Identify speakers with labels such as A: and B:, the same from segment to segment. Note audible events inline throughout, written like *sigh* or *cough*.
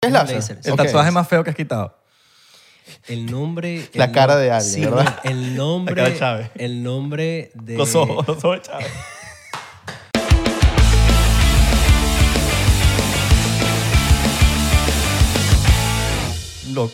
A: ¿Qué es láser?
B: Láser, sí.
A: Ok.
C: El tatuaje más feo que has quitado.
B: El nombre.
A: La
B: el
A: cara
B: nom-
A: de alguien,
B: sí,
A: ¿verdad?
B: no, El
C: La cara de
B: nombre.
C: Chávez.
B: el nombre de.
C: Los
A: Eh,
C: ojos, los
A: *laughs*
C: ojos, chaval. Lo-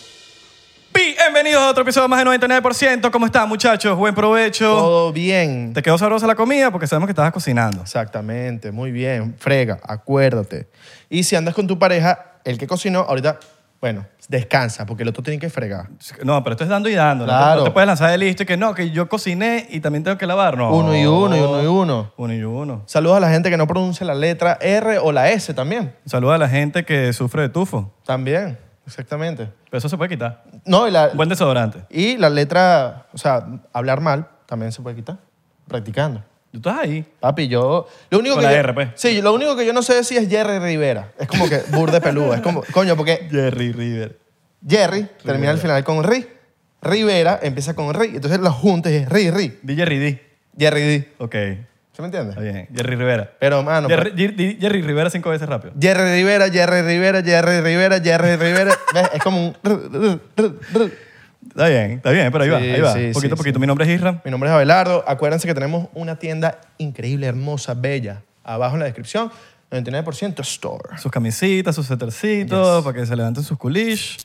C: Bienvenidos a otro episodio más de 99%. ¿Cómo están, muchachos? Buen provecho.
A: Todo bien.
C: ¿Te quedó sabrosa la comida? Porque sabemos que estabas cocinando.
A: Exactamente, muy bien. Frega, acuérdate. Y si andas con tu pareja, el que cocinó, ahorita, bueno, descansa, porque el otro tiene que fregar.
C: No, pero esto es dando y dando. No te-
A: Claro.
C: No te puedes lanzar de listo y que no, que yo cociné y también tengo que lavar. No.
A: Uno y uno, y uno y uno.
C: Uno y uno.
A: Saludos a la gente que no pronuncia la letra R o la S también.
C: Saluda a la gente que sufre de tufo.
A: También, exactamente.
C: Pero eso se puede quitar.
A: No, y la,
C: Buen desodorante.
A: y la letra, o sea, hablar mal también se puede quitar, practicando.
C: Tú estás ahí.
A: Papi, yo... Lo único
C: Con
A: que
C: la
A: yo-
C: R, pues.
A: Sí, lo único que yo no sé si es Jerry Rivera. Es como que burde peluda. Es como, coño, porque
C: *laughs* Jerry River.
A: Jerry termina al final con Ri. Rivera empieza con Ri. Entonces los juntas y es Ri, Ri.
C: Di Jerry D.
A: Jerry D.
C: Ok.
A: ¿Se me
C: Está
A: entiende?
C: bien. Jerry Rivera.
A: Pero, mano.
C: Jerry, Jer- di Jerry Rivera cinco veces rápido.
A: pero- Jerry Rivera, Jerry Rivera, Jerry Rivera, Jerry
C: *laughs*
A: Rivera. ¿Ves? Es como un. ru, ru, ru, ru.
C: Está bien, está bien, pero ahí va,
A: Sí,
C: ahí va.
A: sí,
C: poquito a
A: sí,
C: poquito. Mi nombre es Isra.
A: Mi nombre es Abelardo. Acuérdense que tenemos una tienda increíble, hermosa, bella. Abajo en la descripción, 99% Store.
C: Sus camisitas, sus setercitos, para que se levanten sus culish.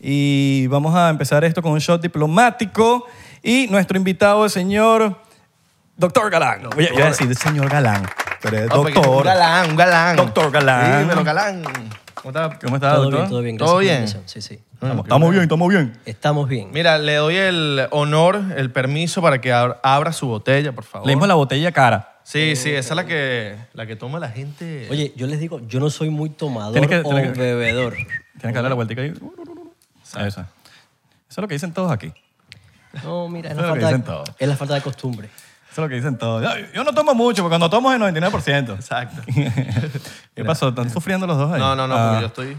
C: Y vamos a empezar esto con un shot diplomático. Y nuestro invitado, el señor Doctor Galán. Oye, yo iba a decir el señor Galán, pero es
A: Ah, porque es Un
C: doctor.
A: galán, un galán.
C: Doctor galán.
A: Dímelo, galán. ¿Cómo está?
C: ¿Cómo estás,
B: Todo
C: doctor?
B: bien, todo bien.
A: ¿Todo
B: gracias por la
A: bien?
B: invitación, Sí, sí.
C: Estamos, estamos bien, estamos bien.
B: Estamos bien.
A: Mira, le doy el honor, el permiso para que ab- abra su botella, por favor.
C: Le dimos la botella cara.
A: Sí, sí, esa es la que, la que toma la gente.
B: Oye, yo les digo, yo no soy muy tomador
C: Tienes que-
B: o
C: tienes que-
B: bebedor.
C: Tienes que darle la vueltica ahí. Eso. Eso es lo que dicen todos aquí.
B: No, mira, es
C: Eso
B: la,
C: es lo que
B: falta
C: dicen
B: de,
C: todos.
B: es la falta de costumbre.
C: Eso es lo que dicen todos. Yo, yo no tomo mucho, porque cuando tomo es el 99%.
A: Exacto.
C: ¿Qué pasó? ¿Están sufriendo los dos ahí?
A: No, no, no,
C: Ah.
A: porque yo estoy.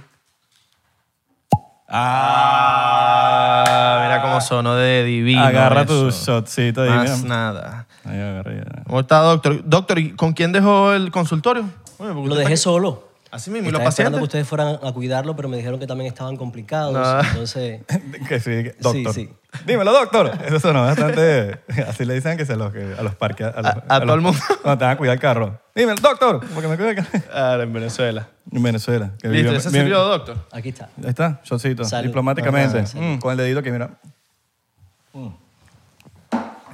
C: Ah,
A: Ah, mira cómo sonó de divino.
C: Agarra
A: eso.
C: tu shotcito ahí.
A: Más
C: mira.
A: nada.
C: Ahí agarra,
A: *laughs*
C: ya.
A: ¿Cómo está, doctor? Doctor, ¿y ¿con quién dejó el consultorio? Oye, porque
B: Lo
A: usted
B: dejé
A: está
B: solo.
A: aquí- Así mismo, ¿y los
B: Estaba esperando que
A: pacientes?
B: ustedes fueran a cuidarlo, pero me dijeron que también estaban complicados.
A: Ah.
B: Entonces,
C: Que sí, que- doctor.
B: sí.
C: Dímelo, doctor. Eso
A: *laughs*
C: sonó bastante. Así le dicen que se los, que a los parques. A, los-
A: A- a todo
C: los-
A: el mundo.
C: Cuando te van a cuidar el carro. Dímelo, doctor. Porque me cuida el carro.
A: Ah, en Venezuela.
C: En Venezuela. que
A: Listo,
C: vivió-
A: ese
C: vivió-
A: sirvió, doctor.
B: aquí está.
C: Ahí está, shotcito,
B: Salud.
C: diplomáticamente.
B: Ajá, salud.
C: Mm, con el dedito que mira. Mm.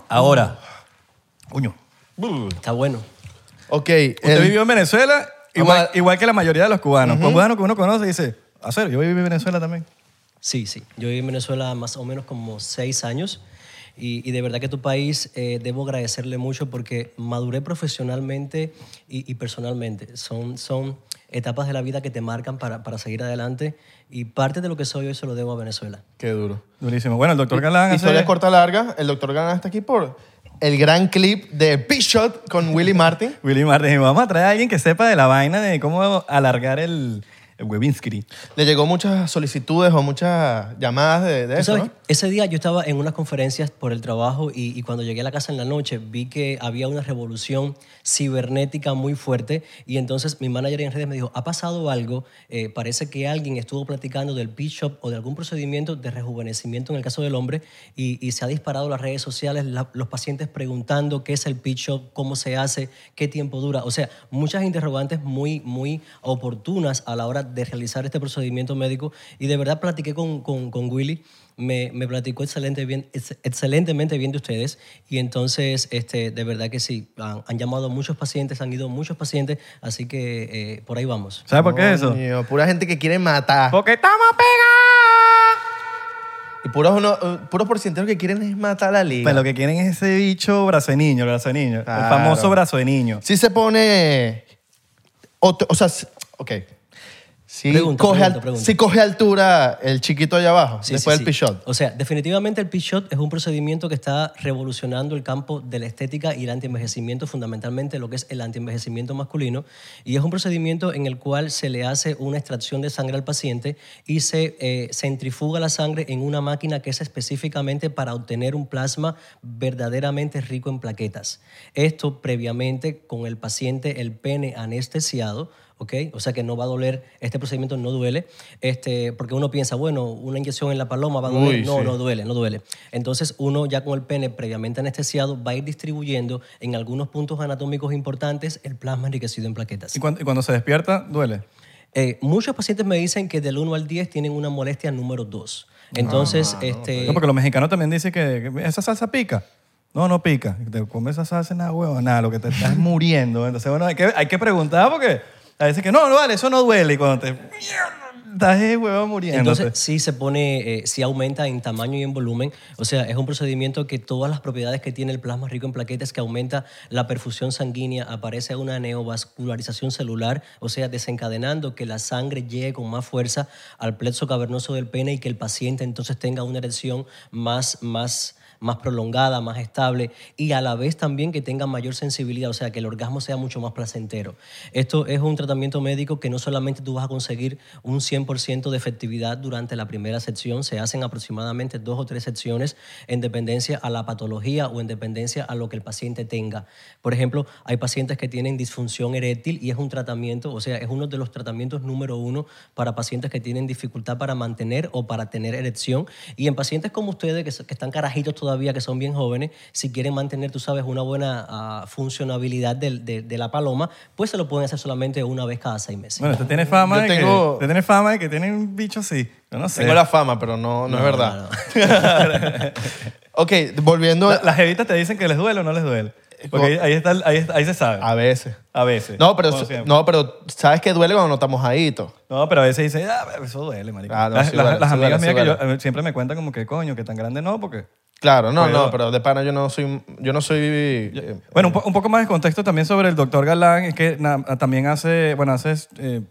C: Ahora, uño.
B: Está bueno.
A: Ok.
C: Usted
A: el-
C: vivió en Venezuela,
A: Vamos
C: igual,
A: a-
C: igual que la mayoría de los cubanos. Un cubano que uno conoce dice, a serio, yo viví en Venezuela también.
B: Sí, sí. Yo viví en Venezuela más o menos como seis años y, y de verdad que tu país eh, debo agradecerle mucho porque maduré profesionalmente y, y personalmente. Son, son etapas de la vida que te marcan para, para seguir adelante y parte de lo que soy hoy se lo debo a Venezuela.
A: Qué duro.
C: Durísimo. Bueno, el doctor Galán hace-
A: Historia corta larga. El doctor Galán está aquí por el gran clip de Bishop con Willy Martin.
C: Willy Martin, dijo, vamos a traer a alguien que sepa de la vaina de cómo alargar el, el Webinski.
A: Le llegó muchas solicitudes o muchas llamadas de, de
B: Tú
A: eso,
B: sabes,
A: ¿no?
B: Ese día yo estaba en unas conferencias por el trabajo y, y cuando llegué a la casa en la noche vi que había una revolución cibernética muy fuerte y entonces mi manager en redes me dijo, ha pasado algo, eh, parece que alguien estuvo platicando del pitch-up o de algún procedimiento de rejuvenecimiento en el caso del hombre y, y se ha disparado las redes sociales, la- los pacientes preguntando qué es el pitch-up, cómo se hace, qué tiempo dura, o sea, muchas interrogantes muy, muy oportunas a la hora de realizar este procedimiento médico y de verdad platiqué con, con, con Willy me, me platicó excelente bien, ex- excelentemente bien de ustedes y entonces este, de verdad que sí, han, han llamado a muchos pacientes, han ido muchos pacientes, así que eh, por ahí vamos.
C: ¿Sabes por qué es eso?
A: Coño, pura gente que quiere matar.
C: Porque estamos pegados.
A: Y puros, uno- eh, puros porcenteros que quieren es matar a la liga.
C: Pues lo que quieren es ese bicho brazo de niño, brazo de niño. El
A: Claro.
C: famoso brazo de niño.
A: Si se pone... otro- o sea, si- ok. Si,
B: Pregunta,
A: coge
B: pregunta,
A: al-
B: pregunta.
A: si coge altura el chiquito allá abajo,
B: Sí,
A: después
B: sí,
A: del
B: sí.
A: pichot.
B: O sea, definitivamente el pichot es un procedimiento que está revolucionando el campo de la estética y el antienvejecimiento, fundamentalmente lo que es el antienvejecimiento masculino. Y es un procedimiento en el cual se le hace una extracción de sangre al paciente y se eh, centrifuga la sangre en una máquina que es específicamente para obtener un plasma verdaderamente rico en plaquetas. Esto previamente con el paciente, el pene anestesiado, ¿ok? O sea que no va a doler, este procedimiento no duele, este, porque uno piensa, bueno, una inyección en la paloma va a doler.
A: Uy,
B: no,
A: sí.
B: no duele, no duele. Entonces uno ya con el pene previamente anestesiado va a ir distribuyendo en algunos puntos anatómicos importantes el plasma enriquecido en plaquetas.
C: Y cuando, y cuando se despierta, duele.
B: Eh, muchos pacientes me dicen que del 1 al 10 tienen una molestia número 2. Entonces,
A: Ah,
B: este...
C: No, porque los mexicanos también dicen que que esa salsa pica. No, no pica. Te comes esa salsa nada, huevo, nada, lo que
A: *laughs*
C: te estás muriendo. Entonces, bueno, hay que, hay que preguntar porque a veces que no, no vale, eso no duele. Y cuando te. Estás, eh, huevo, muriendo.
B: Entonces, sí se pone, eh, sí aumenta en tamaño y en volumen. O sea, es un procedimiento que todas las propiedades que tiene el plasma rico en plaquetas, que aumenta la perfusión sanguínea, aparece una neovascularización celular, o sea, desencadenando que la sangre llegue con más fuerza al plexo cavernoso del pene y que el paciente entonces tenga una erección más, más más prolongada, más estable y a la vez también que tenga mayor sensibilidad, o sea, que el orgasmo sea mucho más placentero. Esto es un tratamiento médico que no solamente tú vas a conseguir un 100% de efectividad durante la primera sección, se hacen aproximadamente dos o tres secciones en dependencia a la patología o en dependencia a lo que el paciente tenga. Por ejemplo, hay pacientes que tienen disfunción eréctil y es un tratamiento, o sea, es uno de los tratamientos número uno para pacientes que tienen dificultad para mantener o para tener erección. Y en pacientes como ustedes, que, s- que están carajitos todavía, que son bien jóvenes, si quieren mantener, tú sabes, una buena ah, funcionabilidad del- de, de la paloma, pues se lo pueden hacer solamente una vez cada seis meses.
C: bueno, te tiene fama
A: Yo
C: de
A: tengo-
C: que. Te tiene fama de que tienen un bicho así. Yo no sé.
A: Tengo la fama, pero no, no, es verdad. *laughs* ok, volviendo
C: La- las jevitas te dicen que les duele o no les duele. Porque ahí, ahí está, el- ahí, ahí se sabe.
A: a veces.
C: A veces.
A: Eh, Ah. No, pero,
C: Como siempre.
A: no, pero sabes que duele cuando no estamos mojaditos.
C: No, pero a veces dicen, ah, pero eso duele, marico.
A: Ah, no,
C: las
A: sí
C: las-
A: duele,
C: las
A: sí
C: amigas
A: duele, sí
C: mías que yo, eh, siempre me cuentan como que, coño, que tan grande no, porque...
A: Claro, no,
C: Pero-
A: no, pero de pana yo no soy. Yo no soy. eh,
C: Bueno, un, po- un poco más de contexto también sobre el doctor Galán, es que na- ah, también hace, bueno, hace eh,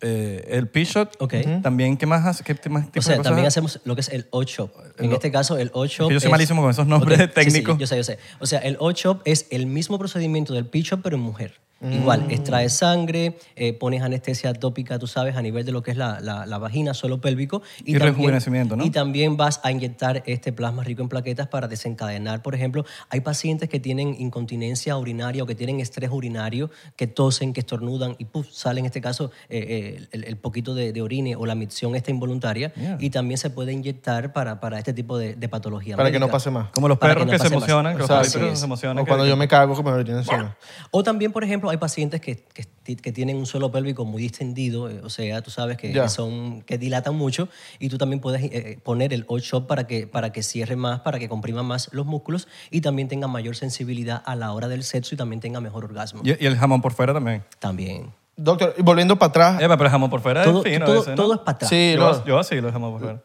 C: eh, el P-Shot.
B: Ok.
C: También, ¿qué más hace? ¿Qué t- más tipo
B: O
C: de
B: sea,
C: cosas
B: también
C: hace?
B: hacemos lo que es el O-Shop. En este caso, el O-Shop.
C: que yo soy
B: es-
C: malísimo con esos nombres
B: Ok, sí, sí,
C: técnicos.
B: yo sé, yo sé. O sea, el O-Shop es el mismo procedimiento del P-Shop, pero en mujer.
C: Mm.
B: Igual, extraes sangre, eh, pones anestesia tópica, tú sabes, a nivel de lo que es la, la- la vagina, suelo pélvico.
C: Y rejuvenecimiento, ¿no?
B: Y también vas a inyectar este plasma rico en plaquetas para desencadenar, por ejemplo, hay pacientes que tienen incontinencia urinaria o que tienen estrés urinario, que tosen, que estornudan y puff, sale en este caso eh, eh, el, el poquito de, de orine o la micción esta involuntaria y también se puede inyectar para, para este tipo de, de patología.
A: para que no
B: médica.
A: pase más.
C: Como los
B: Para
C: perros
B: que
C: que,
B: no
C: se
B: pase más.
C: emocionan, que los
B: Exacto.
C: perritos
B: Así es.
C: se emocionan.
A: O
C: que-
A: cuando
C: que-
A: yo me cago, que me lo tienen encima.
B: O también, por ejemplo, hay pacientes que, que- que tienen un suelo pélvico muy distendido, eh, o sea, tú sabes que,
A: Ya.
B: que son que dilatan mucho y tú también puedes eh, poner el hot shot para que para que cierre más, para que comprima más los músculos y también tenga mayor sensibilidad a la hora del sexo y también tenga mejor orgasmo.
C: Y, y el jamón por fuera también.
B: También.
A: Doctor, y volviendo para atrás.
C: Epa, pero el jamón por fuera
B: Todo,
C: es fino
B: todo-
C: a veces, ¿no?
B: todo es para atrás.
A: Sí,
C: yo,
A: no,
C: yo así lo jamón por fuera.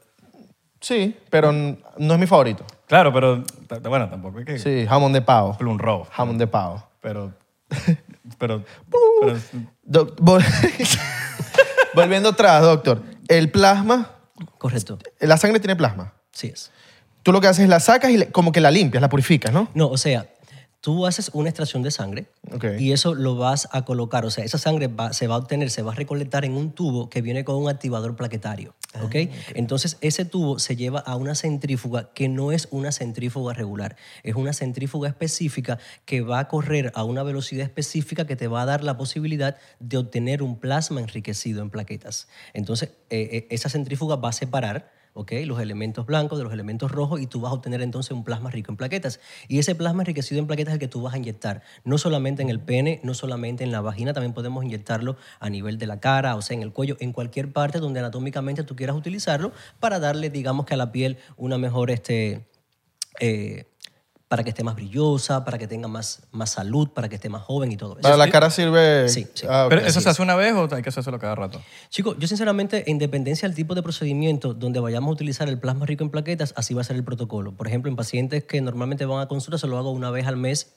A: sí, pero n- no es mi favorito.
C: Claro, pero t- t- bueno, tampoco hay que
A: Sí, jamón de pavo.
C: *laughs* un robo.
A: Jamón de pavo.
C: Pero, pero, pero-
A: Doc- vol- *laughs* volviendo atrás, doctor. El plasma,
B: Correcto.
A: la sangre tiene plasma.
B: Sí es.
A: Tú lo que haces es la sacas y le- como que la limpias, la purificas, ¿no?
B: No, o sea, tú haces una extracción de sangre
A: Ok.
B: y eso lo vas a colocar. O sea, esa sangre va- se va a obtener, se va a recolectar en un tubo que viene con un activador plaquetario. ¿ok? Entonces, ese tubo se lleva a una centrífuga que no es una centrífuga regular. Es una centrífuga específica que va a correr a una velocidad específica que te va a dar la posibilidad de obtener un plasma enriquecido en plaquetas. Entonces, eh, eh, esa centrífuga va a separar ¿ok? los elementos blancos de los elementos rojos y tú vas a obtener entonces un plasma rico en plaquetas. Y ese plasma enriquecido en plaquetas es el que tú vas a inyectar, no solamente en el pene, no solamente en la vagina, también podemos inyectarlo a nivel de la cara, o sea, en el cuello, en cualquier parte donde anatómicamente tú quieras utilizarlo para darle, digamos que a la piel una mejor, este, eh, para que esté más brillosa, para que tenga más, más salud, para que esté más joven y todo eso.
A: Para la cara sirve.
B: Sí, sí.
A: Ah, ok.
C: pero ¿eso se hace una vez o hay que hacérselo cada rato?
B: Chicos, yo sinceramente, en dependencia del tipo de procedimiento donde vayamos a utilizar el plasma rico en plaquetas, así va a ser el protocolo. Por ejemplo, en pacientes que normalmente van a consulta, se lo hago una vez al mes,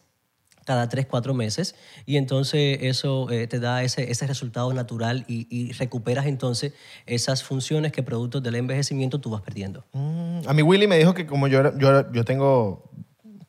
B: cada tres, cuatro meses, y entonces eso eh, te da ese, ese resultado natural y, y recuperas entonces esas funciones que producto del envejecimiento tú vas perdiendo.
A: Mm, A mi Willy me dijo que como yo, era- yo, era- yo tengo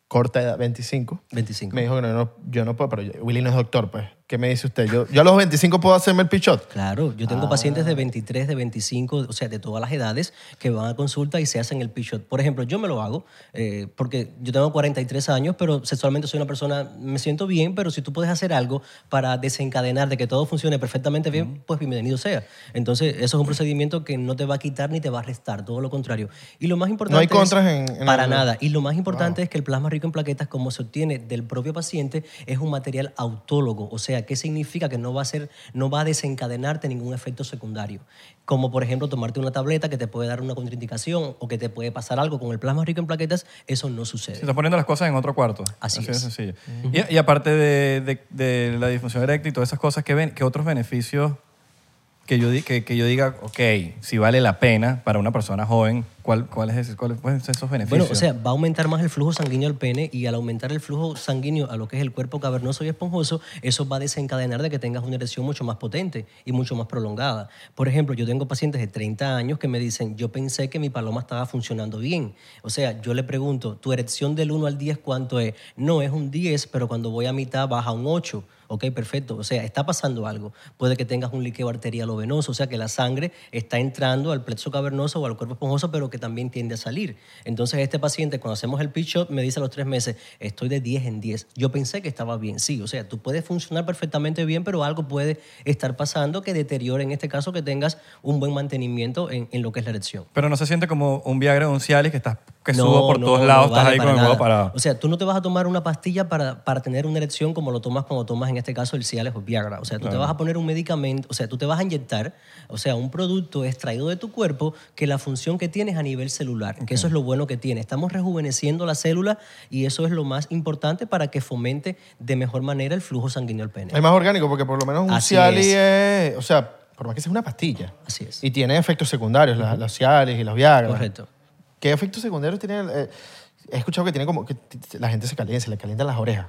A: corta edad, 25,
B: 25.
A: me dijo que no, no- yo no puedo, pero yo- Willy no es doctor, pues. ¿Qué me dice usted? Yo, yo a los 25 puedo hacerme el pichot.
B: Claro, yo tengo pacientes de 23, de 25, o sea, de todas las edades que van a consulta y se hacen el P-Shot. Por ejemplo, yo me lo hago eh, porque yo tengo 43 años, pero sexualmente soy una persona, me siento bien, pero si tú puedes hacer algo para desencadenar de que todo funcione perfectamente bien, pues bienvenido sea. Entonces, eso es un procedimiento que no te va a quitar ni te va a restar, todo lo contrario. Y lo más importante
A: hay
B: es-
A: contras en- en
B: para
A: el-
B: nada. Y lo más importante es que el plasma rico en plaquetas, como se obtiene del propio paciente, es un material autólogo. O sea, ¿qué significa? Que no va a, ser, no va a desencadenarte ningún efecto secundario. Como, por ejemplo, tomarte una tableta que te puede dar una contraindicación o que te puede pasar algo con el plasma rico en plaquetas, eso no
C: Se
B: sucede.
C: están poniendo las cosas en otro cuarto.
B: Así
C: de
B: es.
C: sencillo. y, y aparte de, de- de la disfunción eréctil y todas esas cosas, ¿qué, ven- qué otros beneficios que yo, di- que, que yo diga, ok, si vale la pena para una persona joven, ¿cuál- cuáles es- ¿cuáles pueden ser esos beneficios?
B: Bueno, o sea, va a aumentar más el flujo sanguíneo al pene y al aumentar el flujo sanguíneo a lo que es el cuerpo cavernoso y esponjoso, eso va a desencadenar de que tengas una erección mucho más potente y mucho más prolongada. Por ejemplo, yo tengo pacientes de 30 años que me dicen, yo pensé que mi paloma estaba funcionando bien. O sea, yo le pregunto, ¿tu erección del 1 al 10 cuánto es? No, es un 10, pero cuando voy a mitad baja a un 8. Ok, perfecto. O sea, está pasando algo. Puede que tengas un liqueo arterial o venoso, o sea, que la sangre está entrando al plexo cavernoso o al cuerpo esponjoso, pero que también tiende a salir. Entonces, este paciente, cuando hacemos el pitch shot, me dice a los tres meses, estoy de 10 en 10. Yo pensé que estaba bien. Sí, o sea, tú puedes funcionar perfectamente bien, pero algo puede estar pasando que deteriore, en este caso, que tengas un buen mantenimiento en, en lo que es la erección.
C: Pero no se siente como un Viagra o un Cialis que, estás, que
B: No,
C: subo por
B: no,
C: todos
B: no
C: lados, estás
B: vale
C: ahí
B: para
C: con el huevo
B: nada.
C: parado.
B: O sea, tú no te vas a tomar una pastilla para, para tener una erección como lo tomas cuando tomas, en este caso, el Cialis o Viagra. O sea, tú te vas a poner un medicamento, o sea, tú te vas a inyectar, o sea, un producto extraído de tu cuerpo que la función que tiene es a nivel celular, que eso es lo bueno que tiene. Estamos rejuveneciendo la célula y eso es lo más importante para que fomente de mejor manera el flujo sanguíneo al pene.
A: Es más orgánico porque por lo menos un
B: Así
A: Cialis es. O sea, por más que sea una pastilla.
B: Así es.
A: Y tiene efectos secundarios, las- los Cialis y los Viagra.
B: Correcto.
A: ¿Qué efectos secundarios tiene? el- eh, he escuchado que tiene como que t- la gente se calienta, se le calientan las orejas.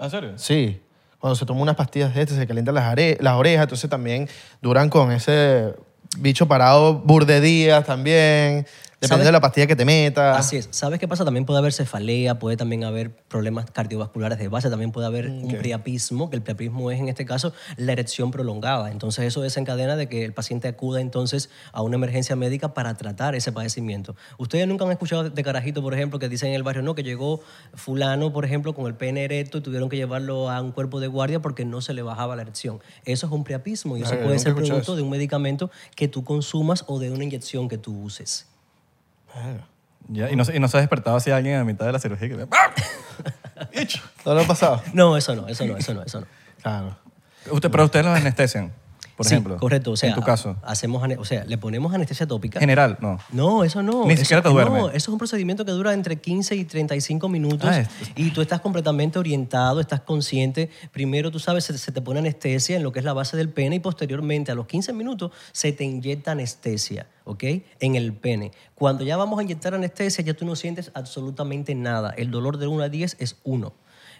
C: ¿En serio?
A: Sí. Cuando se toma unas pastillas de estas, se calientan las, are- las orejas, entonces también duran con ese bicho parado burde días también. Depende
B: ¿Sabes?
A: de la pastilla que te metas.
B: Así es. ¿Sabes qué pasa? También puede haber cefalea, puede también haber problemas cardiovasculares de base, también puede
A: Mm,
B: haber un priapismo, que el priapismo es en este caso la erección prolongada. Entonces eso desencadena de que el paciente acuda entonces a una emergencia médica para tratar ese padecimiento. Ustedes nunca han escuchado de carajito, por ejemplo, que dicen en el barrio, no, que llegó fulano, por ejemplo, con el pene erecto y tuvieron que llevarlo a un cuerpo de guardia porque no se le bajaba la erección. Eso es un priapismo y eso
A: Ay,
B: puede
A: nunca he
B: ser
A: escuchado
B: producto
A: eso.
B: de un medicamento que tú consumas o de una inyección que tú uses.
C: Ya, y, no, se- y no se ha despertado así alguien a mitad de la cirugía. que- ¡Ah! Bicho.
A: ¿No lo ha
B: *laughs*
A: pasado?
B: No, eso no, eso no, eso no, eso no.
A: Claro.
C: Usted, pero ustedes los anestesian, por
B: Sí,
C: ejemplo.
B: correcto. O sea,
C: En tu caso.
B: Hacemos, ane- o sea, le ponemos anestesia tópica.
C: General, no.
B: no, eso no.
C: Ni
B: Eso-
C: siquiera te duerme.
B: No, eso es un procedimiento que dura entre 15 y 35 minutos
C: Ah, es-
B: y tú estás completamente orientado, estás consciente. Primero, tú sabes, se, se te pone anestesia en lo que es la base del pene y posteriormente, a los 15 minutos, se te inyecta anestesia, ¿ok? En el pene. Cuando ya vamos a inyectar anestesia, ya tú no sientes absolutamente nada. El dolor de 1 a 10 es 1.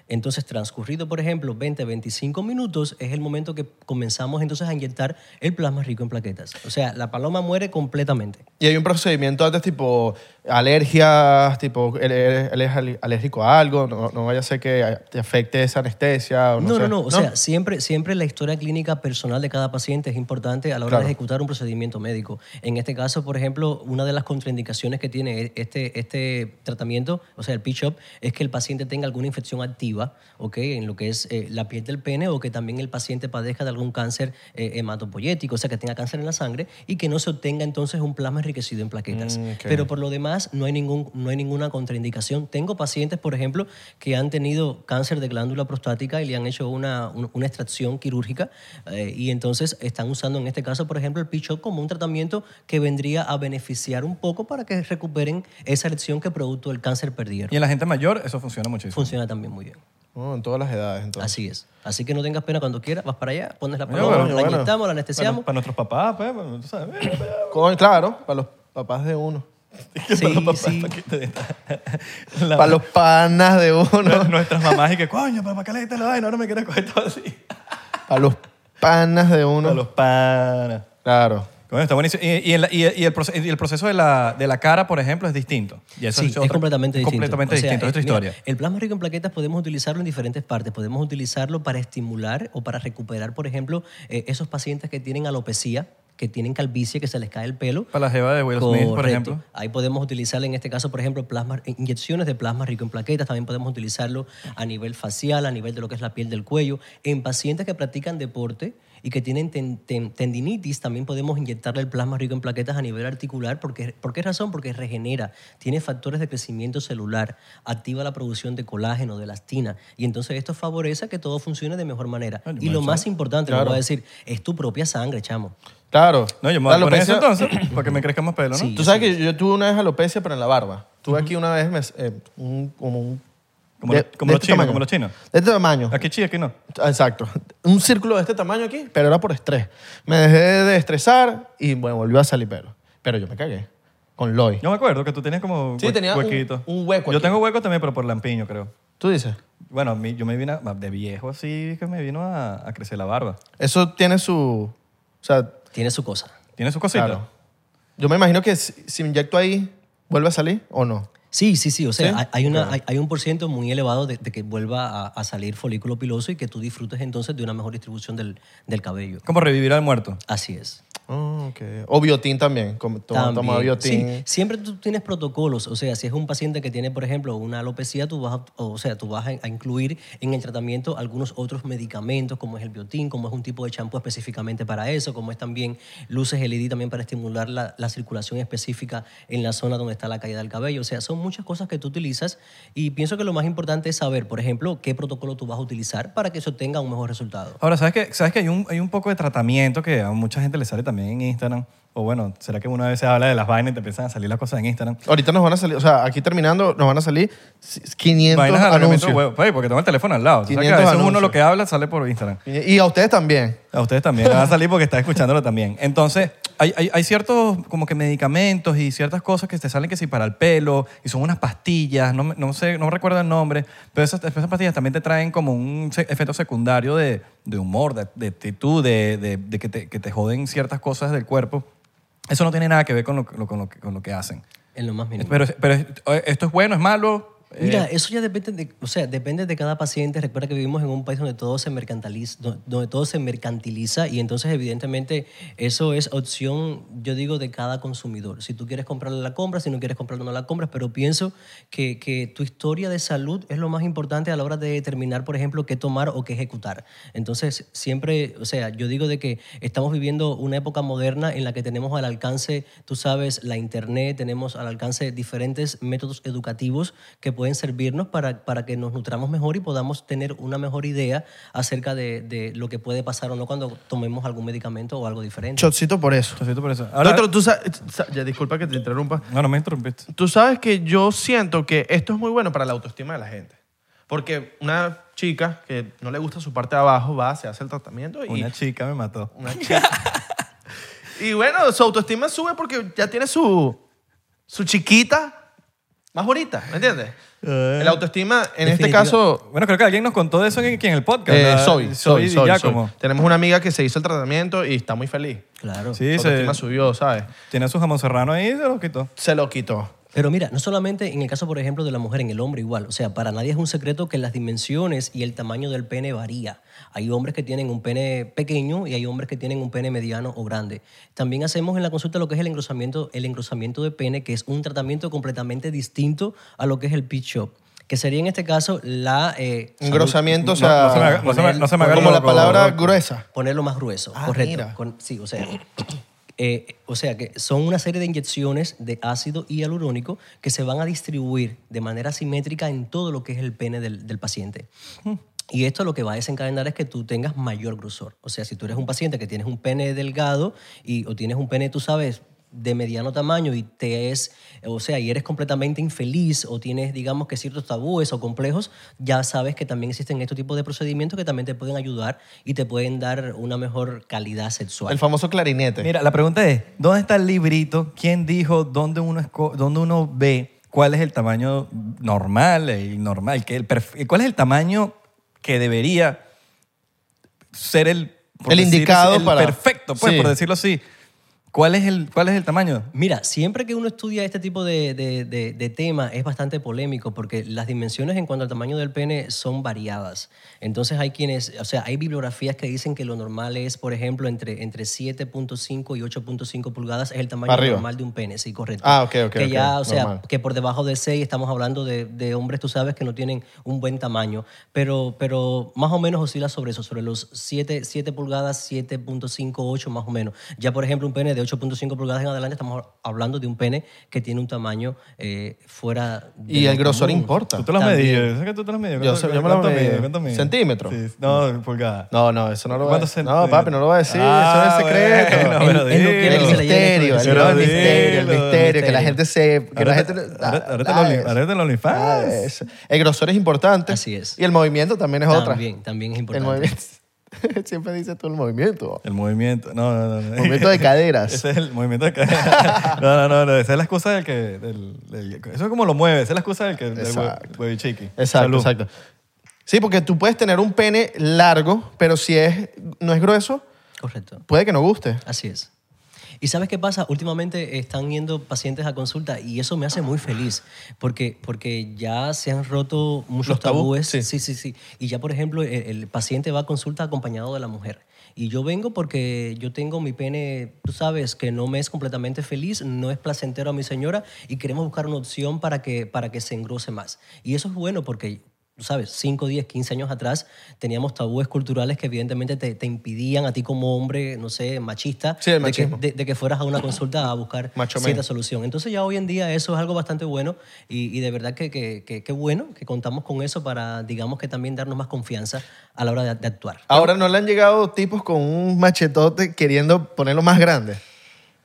B: Entonces, transcurrido, por ejemplo, 20, 25 minutos, es el momento que comenzamos entonces a inyectar el plasma rico en plaquetas. O sea, la paloma muere completamente.
A: Y hay un procedimiento antes tipo alergias, tipo eres, eres al- alérgico a algo, no, no vaya a ser que te afecte esa anestesia o no
B: No, no,
A: sé.
B: no. O sea, siempre, siempre la historia clínica personal de cada paciente es importante a la hora
A: Claro.
B: de ejecutar un procedimiento médico. En este caso, por ejemplo, una de las contraindicaciones que tiene este, este tratamiento, o sea, el pitch-up, es que el paciente tenga alguna infección activa, ¿ok? En lo que es eh, la piel del pene o que también el paciente padezca de algún cáncer eh, hematopoyético, o sea, que tenga cáncer en la sangre y que no se obtenga entonces un plasma enriquecido en plaquetas.
A: Mm, ok.
B: Pero pero por lo demás no hay, ningún, no hay ninguna contraindicación. Tengo pacientes, por ejemplo, que han tenido cáncer de glándula prostática y le han hecho una, un- una extracción quirúrgica eh, y entonces están usando en este caso, por ejemplo, el pichot como un tratamiento que vendría a beneficiar un poco para que recuperen esa erección que producto del cáncer perdieron.
C: Y en la gente mayor eso funciona muchísimo.
B: Funciona también muy bien.
A: No, en todas las edades, entonces.
B: Así es. Así que no tengas pena cuando quieras, vas para allá, pones la
C: Mira,
B: paloma,
A: bueno,
B: la
A: bueno. *laughs*
B: inyectamos, la
C: Bueno,
B: anestesiamos.
C: para nuestros papás, pues, bueno, tú sabes. mira, mira.
A: Coño, claro, para los papás de uno.
B: Sí, sí.
C: *laughs* Para que te- *laughs* la-
A: Para los panas de
B: *laughs*
A: uno.
C: Nuestras mamás y que, coño, papá, caleta la vaina, ahora me quieres coger todo así.
A: Para los panas de
C: Para
A: uno.
C: los panas.
A: Claro.
C: Con Coño, está buenísimo. Y, y en la- y- y el proce- y el proceso de la, de la cara, por ejemplo, es distinto. Y eso
B: Sí, es
C: otra-
B: completamente distinto.
C: Completamente
B: O sea,
C: distinto.
B: eh,
C: Es otra
B: mira,
C: historia.
B: el plasma rico en plaquetas podemos utilizarlo en diferentes partes. Podemos utilizarlo para estimular o para recuperar, por ejemplo, eh, esos pacientes que tienen alopecia, que tienen calvicie, que se les cae el pelo.
C: Para la jeva de Will Smith, por
B: Correcto.
C: ejemplo.
B: Ahí podemos utilizar en este caso, por ejemplo, plasma, inyecciones de plasma rico en plaquetas. También podemos utilizarlo a nivel facial, a nivel de lo que es la piel del cuello. En pacientes que practican deporte y que tienen ten- ten- tendinitis, también podemos inyectarle el plasma rico en plaquetas a nivel articular. Porque, ¿Por qué razón? Porque regenera, tiene factores de crecimiento celular, activa la producción de colágeno, de elastina. Y entonces esto favorece que todo funcione de mejor manera.
C: Ay,
B: y lo
C: macho.
B: más importante, lo voy a decir, es tu propia sangre, chamo.
A: Claro.
C: No, yo me
A: La
C: voy a poner eso
A: alopecia-
C: entonces,
B: *clears throat*
C: para que me crezca más pelo, ¿no?
B: Sí.
A: Tú sabes que yo, yo tuve una vez alopecia, pero en la barba. Tuve aquí una vez me- eh, un- como un...
C: Como lo- como los chinos,
A: tamaño.
C: como los chinos.
A: De este tamaño.
C: Aquí sí, aquí no.
A: Exacto. Un círculo de este tamaño aquí, pero era por estrés. Me dejé de estresar y bueno, volvió a salir pelo. Pero yo me cagué con Loy.
C: Yo me acuerdo que tú tenías como
A: Sí,
C: hue-
A: tenía un-
C: huequito.
A: un hueco
C: Yo
A: aquí.
C: tengo hueco también, pero por lampiño, creo.
A: ¿Tú dices?
C: Bueno, a mí- yo me vine a- de viejo así, que me vino a, a crecer la barba.
A: Eso tiene su... O sea,
B: Tiene su cosa.
C: Tiene sus cositas.
A: claro. Yo me imagino que si, si me inyecto ahí, ¿vuelve a salir o no?
B: Sí, sí, sí. O sea,
A: ¿Sí?
B: hay- hay, una, hay, hay un porciento muy elevado de, de que vuelva a, a salir folículo piloso y que tú disfrutes entonces de una mejor distribución del, del cabello.
C: Como revivir al muerto.
B: Así es.
A: Ah, ok. O biotín también. como- Toma, toma
B: También.
A: biotín.
B: Sí, siempre tú tienes protocolos. O sea, si es un paciente que tiene, por ejemplo, una alopecia, tú vas a, o sea, tú vas a, a incluir en el tratamiento algunos otros medicamentos, como es el biotín, como es un tipo de champú específicamente para eso, como es también luces LED también para estimular la, la circulación específica en la zona donde está la caída del cabello. O sea, son muchas cosas que tú utilizas y pienso que lo más importante es saber, por ejemplo, qué protocolo tú vas a utilizar para que eso tenga un mejor resultado.
C: Ahora, ¿sabes que, ¿sabes que hay, un, hay un poco de tratamiento que a mucha gente le sale también en Instagram? O bueno, ¿será que una vez se habla de las vainas y te empiezan a salir las cosas en Instagram?
A: Ahorita nos van a salir, o sea, aquí terminando, nos van a salir 500
C: Vainas al
A: anuncios.
C: anuncios. porque tengo el teléfono al lado. Tú sabes que a
A: 500
C: veces uno
A: anuncios.
C: lo que habla sale por Instagram.
A: Y a ustedes también.
C: A ustedes también les va a salir porque está escuchándolo también. Entonces, hay, hay- hay ciertos como que medicamentos y ciertas cosas que te salen que sí para el pelo y son unas pastillas, no, me- no sé, no recuerdo el nombre, pero esas, esas pastillas también te traen como un se- efecto secundario de, de humor, de, de actitud, de, de- de que, te, que te joden ciertas cosas del cuerpo. Eso no tiene nada que ver con lo, lo- con lo que, con lo que hacen.
B: En lo más mínimo.
C: Pero, pero eh, esto es bueno, es malo. Eh,
B: Mira, eso ya depende de, o sea, depende de cada paciente. Recuerda que vivimos en un país donde todo se mercantiliza, donde todo se mercantiliza y entonces evidentemente eso es opción, yo digo, de cada consumidor. Si tú quieres comprarla, la compras, si no quieres comprarla, no la compras, pero pienso que, que tu historia de salud es lo más importante a la hora de determinar, por ejemplo, qué tomar o qué ejecutar. Entonces, siempre, o sea, yo digo de que estamos viviendo una época moderna en la que tenemos al alcance, tú sabes, la internet, tenemos al alcance diferentes métodos educativos que pueden servirnos para, para que nos nutramos mejor y podamos tener una mejor idea acerca de, de lo que puede pasar o no cuando tomemos algún medicamento o algo diferente.
A: Chocito por eso.
C: lo siento por eso. Ahora-
A: Doctor, tú sabes, ya disculpa que te interrumpa.
C: no, no me interrumpiste.
A: Tú sabes que yo siento que esto es muy bueno para la autoestima de la gente. Porque una chica que no le gusta su parte de abajo va, se hace el tratamiento y,
C: Una chica me mató.
A: y bueno, su autoestima sube porque ya tiene su, su chiquita más bonita, ¿me entiendes?
C: Eh,
A: La autoestima, en este
B: Definitiva-
A: caso,
C: Bueno, creo que alguien nos contó de eso en, aquí en el podcast.
A: Eh,
C: la-
A: soy, soy,
C: y
A: soy,
C: Giacomo.
A: soy. Tenemos una amiga que se hizo el tratamiento y está muy feliz.
B: Claro.
C: Sí,
A: Su autoestima
C: se,
A: subió, ¿sabes?
C: tiene su jamón serrano ahí y se lo quitó.
A: Se lo quitó.
B: Pero mira, no solamente en el caso, por ejemplo, de la mujer, en el hombre igual. O sea, para nadie es un secreto que las dimensiones y el tamaño del pene varía. Hay hombres que tienen un pene pequeño y hay hombres que tienen un pene mediano o grande. También hacemos en la consulta lo que es el engrosamiento, el engrosamiento de pene, que es un tratamiento completamente distinto a lo que es el pitch shop, que sería en este caso la... eh,
A: Engrosamiento, o
C: No, no se me
A: sea,
C: haga- no se me- no se me haga
A: como la
C: loco,
A: palabra
C: loco.
A: gruesa.
B: ponerlo más grueso.
A: Ah,
B: correcto.
A: mira.
B: Con- sí, o sea. *clears throat* eh, o sea, que son una serie de inyecciones de ácido hialurónico que se van a distribuir de manera simétrica en todo lo que es el pene del, del paciente. Y esto lo que va a desencadenar es que tú tengas mayor grosor. O sea, si tú eres un paciente que tienes un pene delgado y, o tienes un pene, tú sabes, de mediano tamaño y te es, o sea, y eres completamente infeliz o tienes, digamos, que ciertos tabúes o complejos, ya sabes que también existen estos tipos de procedimientos que también te pueden ayudar y te pueden dar una mejor calidad
A: El
B: sexual.
A: famoso clarinete.
C: Mira, la pregunta es, ¿dónde está el librito? ¿Quién dijo dónde uno, esco- dónde uno ve cuál es el tamaño normal, el normal, que el perf- cuál es el tamaño que debería ser el, por
A: El indicado
C: el
A: para-
C: perfecto, pues,
A: Sí.
C: por decirlo así? ¿Cuál- ¿Cuál es el, cuál es el tamaño?
B: Mira, siempre que uno estudia este tipo de, de, de- de tema es bastante polémico porque las dimensiones en cuanto al tamaño del pene son variadas. Entonces hay quienes, o sea, hay bibliografías que dicen que lo normal es, por ejemplo, entre, entre 7.5 y 8.5 pulgadas es el tamaño
A: Arriba.
B: normal de un pene, sí, correcto.
A: Ah, ok, ok,
B: Que
A: ok,
B: ya, o sea,
A: normal.
B: que por debajo de 6 estamos hablando de, de hombres, tú sabes, que no tienen un buen tamaño, pero, pero más o menos oscila sobre eso, sobre los 7, 7 pulgadas, 7.5, 8 más o menos. Ya, por ejemplo, un pene de 8.5 pulgadas en adelante, estamos hablando de un pene que tiene un tamaño eh, fuera de
A: Y
B: lo
A: el grosor
B: común.
A: importa.
C: Tú te lo has
B: También.
C: medido. Yo sé que tú te lo has medido.
A: Yo sé- yo me lo
C: ¿Cuánto
A: medí.
C: mide? ¿Cuánto mide?
A: ¿Centímetro?
C: Sí. No, pulgada.
A: No, no, eso no lo voy a
C: ¿Cuántos
A: decir. No,
C: centímetros?
A: papi, no lo voy a decir.
C: Ah,
A: eso es secreto.
C: bueno, *laughs*
B: Él-
C: pero
B: él no
C: dilo.
B: quiere
A: el
B: que se le llegue
A: misterio,
B: todo
A: el,
B: eso.
A: el
C: Pero
A: misterio, el
C: dilo,
A: misterio, que la
B: misterio.
A: gente se... Que la
C: Ahorita-
A: gente,
C: ahorita- ahorita
A: nada
C: lo-
A: de eso.
C: ahorita lo OnlyFans.
A: Nada de eso. El grosor es importante.
B: Así es.
A: Y el movimiento también es otra.
B: También, también es
A: El
B: importante.
A: movimiento. *laughs* Siempre dices tú el movimiento.
C: El movimiento. No, no, no.
A: Movimiento de caderas.
C: Ese es el movimiento de cadera. *laughs* No, no, no, no. Esa es la excusa del que. del- del- eso es como lo mueve. Esa es la excusa del que. Del
A: Exacto.
C: hue- huevi chiqui.
A: Exacto,
C: Salud.
A: exacto. Sí, porque tú puedes tener un pene largo, pero si es, no es grueso,
B: Correcto.
A: puede que no guste.
B: Así es. ¿Y sabes qué pasa? Últimamente están yendo pacientes a consulta y eso me hace muy feliz porque, porque ya se han roto muchos
A: Los tabú,
B: tabúes.
A: sí.
B: sí, sí, sí. Y ya, por ejemplo, el, el paciente va a consulta acompañado de la mujer. Y yo vengo porque yo tengo mi pene, tú sabes, que no me es completamente feliz, no es placentero a mi señora y queremos buscar una opción para que, para que se engrose más. Y eso es bueno porque tú sabes, 5, 10, 15 años atrás teníamos tabúes culturales que evidentemente te, te impidían a ti como hombre, no sé, machista,
A: Sí, el
B: de, que,
A: machismo.
B: de- de que fueras a una consulta a buscar
A: Macho
B: cierta
A: man.
B: solución. Entonces ya hoy en día eso es algo bastante bueno y, y de verdad que que- que- que bueno que contamos con eso para, digamos que también darnos más confianza a la hora de, de actuar.
A: Ahora no le han llegado tipos con un machetote queriendo ponerlo más grande.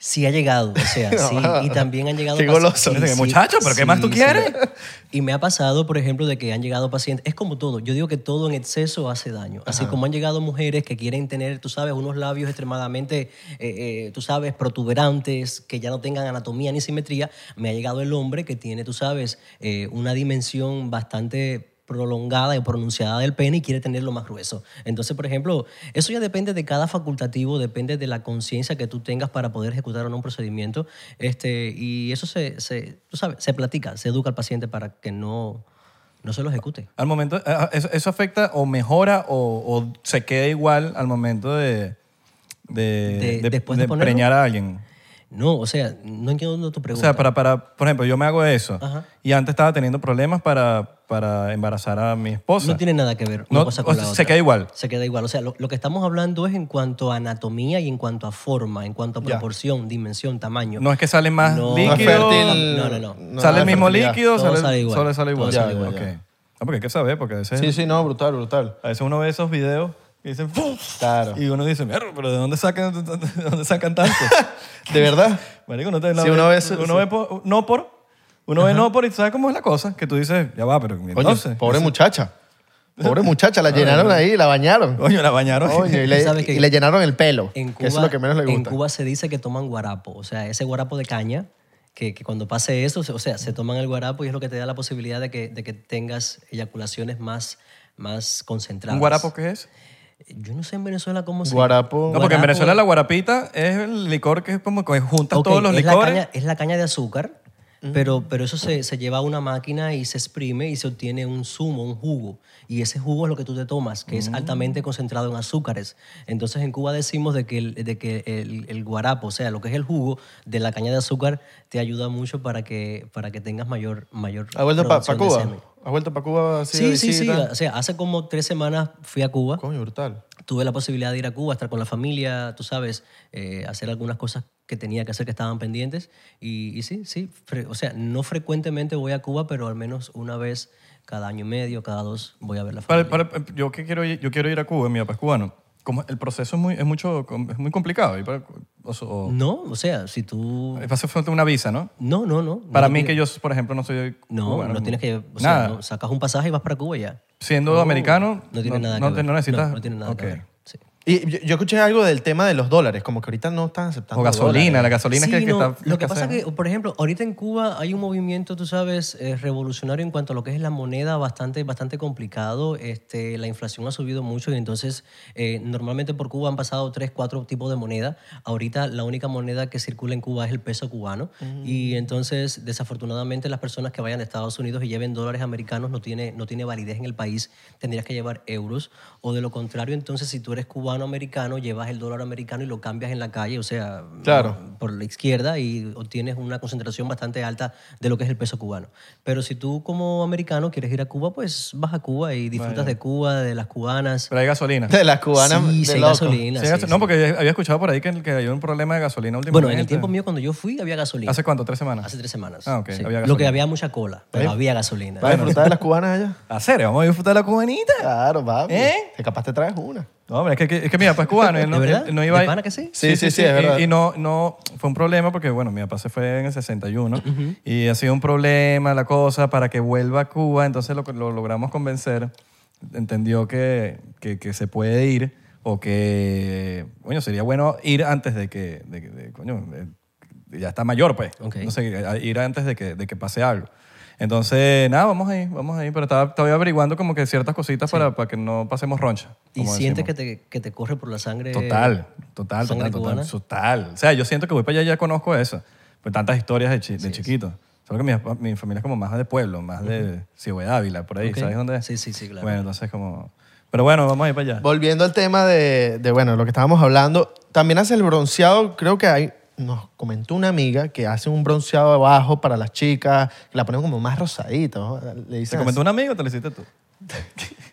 B: Sí ha llegado, o
C: *laughs*
B: sea, sí, y también han llegado...
A: Qué
B: paci-
A: goloso.
B: sí,
C: Dice que,
B: sí,
C: "Muchacho, ¿pero qué más tú quieres?"
B: Y me ha pasado, por ejemplo, de que han llegado pacientes, es como todo, yo digo que todo en exceso hace daño, así como han llegado mujeres que quieren tener, tú sabes, unos labios extremadamente, eh, eh, tú sabes, protuberantes, que ya no tengan anatomía ni simetría, me ha llegado el hombre que tiene, tú sabes, eh, una dimensión bastante prolongada y pronunciada del pene y quiere tenerlo más grueso. Entonces, por ejemplo, eso ya depende de cada facultativo, depende de la conciencia que tú tengas para poder ejecutar o no un procedimiento. Este, y eso se, se, tú sabes, se platica, se educa al paciente para que no, no se lo ejecute.
C: Al momento. eh, eh, Eso, eso afecta o mejora o, o se queda igual al momento de. De,
B: De- después de ponerlo.
C: preñar a alguien.
B: No, o sea, no entiendo tu
C: O
B: pregunta.
C: sea, para, para, por ejemplo, yo me hago eso.
B: Ajá.
C: Y antes estaba teniendo problemas para, para embarazar a mi esposa.
B: no tiene nada que ver una
C: No,
B: cosa
C: o
B: con la
C: sea,
B: otra.
C: se queda igual.
B: Se queda igual. O sea, lo, lo que estamos hablando es en cuanto a anatomía y en cuanto a forma, en cuanto a proporción, dimensión, tamaño.
C: No es que sale más
B: No.
A: No es
C: líquido.
A: fértil.
B: No, no, no.
C: sale
A: da
C: el mismo
A: fertilidad.
C: líquido,
B: Todo
C: sale,
B: sale igual.
C: solo sale igual.
B: Todo
A: sale igual,
C: Ok.
A: ya.
C: Ah, porque hay que saber, porque a veces,
A: Sí, sí, no, brutal, brutal.
C: a veces uno ve esos videos y dicen ¡Fu!
A: Claro.
C: Y uno dice, "Mierda, pero ¿de dónde sacan, de dónde
A: *laughs*
C: sacan tanto?
A: ¿De verdad?
C: Marico, no te
A: Sí, uno ve eso, sí.
C: uno ve po- no por, uno ve no por y tú sabes cómo es la cosa, que tú dices, ya va, pero
A: Coño,
C: entonces.
A: pobre muchacha. Pobre muchacha, la
B: *laughs*
A: llenaron ahí, la bañaron.
C: *laughs* Coño, la bañaron.
A: Coño, y
B: Tú
A: le,
B: sabes que
A: y le llenaron el pelo.
B: En
A: que
B: Cuba,
A: eso es lo que menos le
B: En
A: gusta.
B: Cuba se dice que toman guarapo, o sea, ese guarapo de caña, que, que cuando pase eso, o sea, se toman el guarapo y es lo que te da la posibilidad de que, de que tengas eyaculaciones más, más concentradas.
C: ¿Un guarapo qué es?
B: Yo no sé en Venezuela cómo se
A: Guarapo.
C: No, porque
B: Guarapo-
C: en
B: eh.
C: Venezuela la guarapita es el licor que es como que juntas
B: Ok,
C: todos los
B: es
C: licores.
B: La caña, es la caña de azúcar, pero, pero eso se, se lleva a una máquina y se exprime y se obtiene un zumo, un jugo. Y ese jugo es lo que tú te tomas, que es altamente concentrado en azúcares. Entonces en Cuba decimos de que, el, de que el, el guarapo, o sea, lo que es el jugo de la caña de azúcar, te ayuda mucho para que, para que tengas mayor, mayor
A: ¿Has vuelto para
B: producción de
A: Cuba?
B: semen.
A: ¿Has vuelto para Cuba así de
B: Sí, sí, sí.
A: visita?
B: O sea, hace como tres semanas fui a Cuba
A: Coño, brutal.
B: tuve la posibilidad de ir a Cuba, estar con la familia, tú sabes, eh, hacer algunas cosas que tenía que hacer que estaban pendientes. Y, y sí, sí, fre- o sea, no frecuentemente voy a Cuba, pero al menos una vez cada año y medio, cada dos, voy a ver la
C: Para-
B: familia.
C: para- yo que quiero ir, yo quiero ir a Cuba, mi papá es cubano. Como el proceso es muy, es mucho, es muy complicado. y para- o so- o-
B: No, o sea, si tú...
C: hace falta una visa, ¿no?
B: No, no, no.
C: Para
B: Mm. no
C: mí
B: ti-
C: que yo, por ejemplo, no soy
B: No,
C: cubano.
B: no tienes que... O
C: nada.
B: sea, no, sacas un pasaje y vas para Cuba y ya.
C: Siendo americano,
B: No tiene nada
C: no,
B: que ver.
C: no necesitas.
B: No, no tiene nada
C: Ok.
B: que ver. sí.
A: Y yo, yo escuché algo del tema de los dólares, como que ahorita no están aceptando
C: O gasolina,
A: dólares.
C: la gasolina es
B: eh. Sí,
C: que, que
B: no,
C: está...
B: Lo que pasa
C: escasea.
B: es que, por ejemplo, ahorita en Cuba hay un movimiento, tú sabes, eh, revolucionario en cuanto a lo que es la moneda, bastante, bastante complicado. Este, la inflación ha subido mucho y entonces eh, normalmente por Cuba han pasado tres, cuatro tipos de moneda. Ahorita la única moneda que circula en Cuba es el peso cubano y entonces desafortunadamente las personas que vayan a Estados Unidos y lleven dólares americanos no tiene, no tiene validez en el país. Tendrías que llevar euros o de lo contrario, entonces si tú eres cubano-americano, llevas el dólar americano y lo cambias en la calle, o sea...
C: Claro.
B: no- por la izquierda y obtienes una concentración bastante alta de lo que es el peso cubano. Pero si tú como americano quieres ir a Cuba, pues vas a Cuba y disfrutas de Cuba, de las cubanas.
C: Pero hay gasolina.
A: De las cubanas.
B: sí,
A: de
B: sí hay
A: loco.
C: Sí,
B: gasolina.
C: hay
B: sí,
C: gaso-
B: sí.
C: No, porque había escuchado por ahí que, que hay un problema de gasolina últimamente.
B: Bueno, en el tiempo mío cuando yo fui había gasolina.
C: ¿Hace cuánto? ¿Tres semanas?
B: Hace tres semanas.
C: Ah, ok,
B: sí.
C: había
B: Lo que
C: gasolina.
B: había mucha cola, pero había gasolina.
A: ¿Vas a disfrutar de las cubanas allá?
C: ¿A serio? ¿Vamos a disfrutar de la cubanita?
A: Claro, papi.
C: ¿Eh?
A: Que capaz te traes una.
C: No, pero es que- que, es que mi papá es
B: *laughs*
C: cubano. y él no,
B: ¿De verdad?
C: él no iba
B: ¿De
C: ahí.
B: pana que sí?
A: Sí, sí, sí, es
C: y-
A: verdad.
C: Y, no, no, fue un problema porque, bueno, mi papá se fue en el 61 y ha sido un problema la cosa para que vuelva a Cuba. Entonces lo, lo logramos convencer. Entendió que, que, que se puede ir o que, coño, sería bueno ir antes de que, de que- de- coño, eh, ya está mayor, pues.
B: Ok.
C: No sé, a- ir antes de que, de que pase algo. Entonces, nada, vamos ahí, vamos ahí. Pero estaba, estaba averiguando como que ciertas cositas para, para que no pasemos roncha.
B: y
C: como
B: sientes
C: decimos.
B: que te, que te corre por la sangre.
C: Total, total,
B: sangre Eh,
C: total, total,
B: cubana.
C: total. O sea, yo siento que voy para allá y ya conozco eso. Pues tantas historias de, chi- de chiquito. Solo que mi, papá- mi familia es como más de pueblo, más de Ciudad de Ávila, por ahí.
B: Ok.
C: ¿Sabes dónde es?
B: Sí, sí, sí, claro.
C: Bueno, entonces como... Pero bueno, vamos a ir para allá.
A: Volviendo al tema de, de, bueno, lo que estábamos hablando, también hace el bronceado, creo que hay, nos comentó una amiga que hace un bronceado abajo para las chicas, que la ponen como más rosadita, ¿no? le
C: ¿Te
A: dicen
C: comentó un amigo o te lo hiciste tú?
A: así.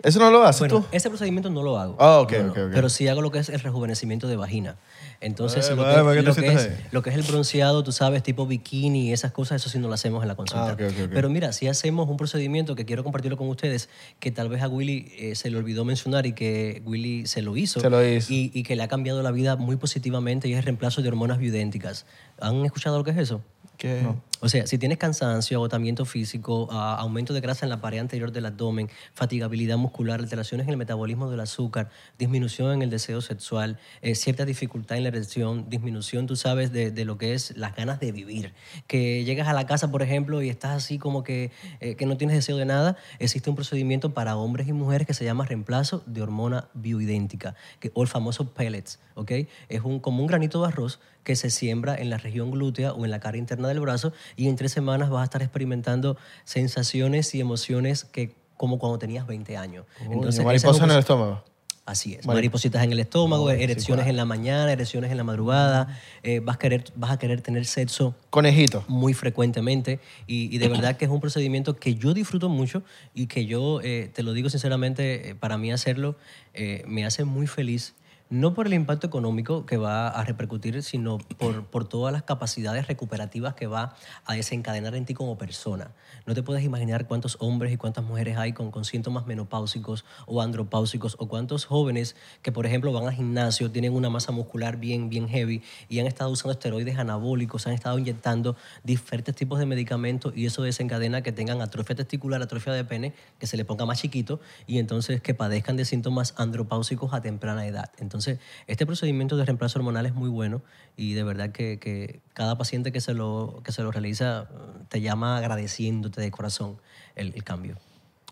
A: Eso no lo haces
B: Bueno,
A: tú.
B: ese procedimiento no lo hago.
A: Ah, ok,
B: No, no.
A: ok, ok.
B: Pero sí hago lo que es el rejuvenecimiento de vagina. Entonces,
C: Eh,
B: lo,
C: vale, ¿para qué
B: que,
C: te
B: lo, que
C: sientas
B: es,
C: ahí?
B: lo que es el bronceado, tú sabes, tipo bikini y esas cosas, eso sí no lo hacemos en la consulta.
A: Ah, ok, ok, ok.
B: Pero mira, si hacemos un procedimiento que quiero compartirlo con ustedes, que tal vez a Willy eh, se le olvidó mencionar y que Willy se lo hizo.
A: Se lo hizo.
B: Y, y que le ha cambiado la vida muy positivamente y es el reemplazo de hormonas bioidénticas. ¿Han escuchado lo que es eso?
A: Que-
B: O sea, si tienes cansancio, agotamiento físico, a- aumento de grasa en la pared anterior del abdomen, fatigabilidad muscular, alteraciones en el metabolismo del azúcar, disminución en el deseo sexual, eh, cierta dificultad en la erección, disminución, tú sabes, de, de lo que es las ganas de vivir. Que llegas a la casa, por ejemplo, y estás así como que, eh, que no tienes deseo de nada, existe un procedimiento para hombres y mujeres que se llama reemplazo de hormona bioidéntica, que, o el famoso pellets, ¿ok? Es un, como un granito de arroz que se siembra en la región glútea o en la cara interna del brazo y en tres semanas vas a estar experimentando sensaciones y emociones que como cuando tenías 20 años.
A: Coño,
B: ese
A: mariposa
B: es un
A: en el estómago.
B: Así es. Maripositas en el estómago, erecciones en la mañana, erecciones en la madrugada. eh, vas, a querer, vas a querer tener sexo
A: Conejito.
B: muy frecuentemente y, y de verdad que es un procedimiento que yo disfruto mucho y que yo, eh, te lo digo sinceramente, eh, para mí hacerlo eh, me hace muy feliz. No por el impacto económico que va a repercutir, sino por, por todas las capacidades recuperativas que va a desencadenar en ti como persona. No te puedes imaginar cuántos hombres y cuántas mujeres hay con, con síntomas menopáusicos o andropáusicos o cuántos jóvenes que, por ejemplo, van al gimnasio, tienen una masa muscular bien, bien heavy y han estado usando esteroides anabólicos, han estado inyectando diferentes tipos de medicamentos y eso desencadena que tengan atrofia testicular, atrofia de pene, que se le ponga más chiquito y entonces que padezcan de síntomas andropáusicos a temprana edad. Entonces, este procedimiento de reemplazo hormonal es muy bueno y de verdad que, que cada paciente que se, lo, que se lo realiza eh, te llama agradeciéndote de corazón el, el cambio.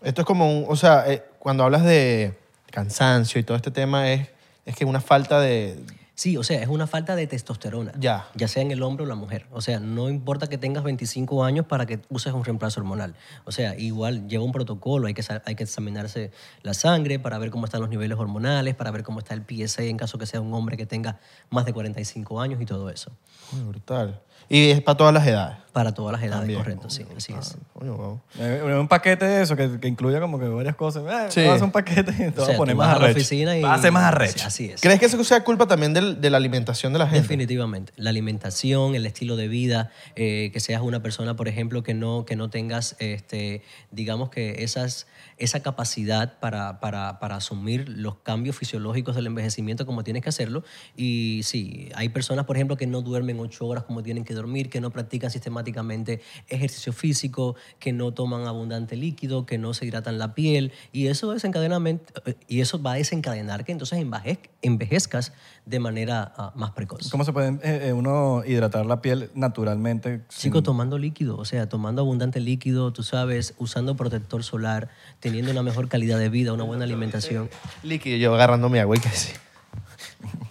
A: Esto es como un, o sea, eh, cuando hablas de cansancio y todo este tema es, es que una falta de...
B: Sí, o sea, es una falta de testosterona.
A: Ya.
B: Ya sea en el hombre o la mujer. O sea, no importa que tengas 25 años para que uses un reemplazo hormonal. O sea, igual lleva un protocolo, hay que, sa- hay que examinarse la sangre para ver cómo están los niveles hormonales, para ver cómo está el PSA en caso que sea un hombre que tenga más de 45 años y todo eso.
A: Coño, brutal. Y es para todas las edades.
B: Para todas las edades,
A: También.
B: correcto, sí, así
C: ah.
B: es.
A: Coño, wow.
C: Eh, Un paquete de eso que, que incluya como que varias cosas. Eh,
A: Sí.
C: Vamos a hacer un paquete y te
B: O sea,
C: vas a
B: tú
C: poner
B: vas
C: más
B: a la
C: arrecho.
B: oficina y...
C: Vas a ser más arrecho.
B: Así es.
A: ¿Crees que eso sea culpa también del- de la alimentación de la gente?
B: Definitivamente. La alimentación, el estilo de vida, eh, que seas una persona, por ejemplo, que no, que no tengas, este, digamos que esas, esa capacidad para, para, para asumir los cambios fisiológicos del envejecimiento como tienes que hacerlo. Y sí, hay personas, por ejemplo, que no duermen ocho horas como tienen que que dormir, que no practican sistemáticamente ejercicio físico, que no toman abundante líquido, que no se hidratan la piel. Y eso, desencadenament- eh, y eso va a desencadenar que entonces envejez- envejezcas de manera ah, más precoz.
C: ¿Cómo se puede eh, eh, uno hidratar la piel naturalmente? sin-
A: Mm.
B: Chico, tomando líquido, o sea, tomando abundante líquido, tú sabes, usando protector solar, teniendo una mejor calidad de vida, una buena alimentación,
A: Líquido, yo agarrando mi agua y que sí.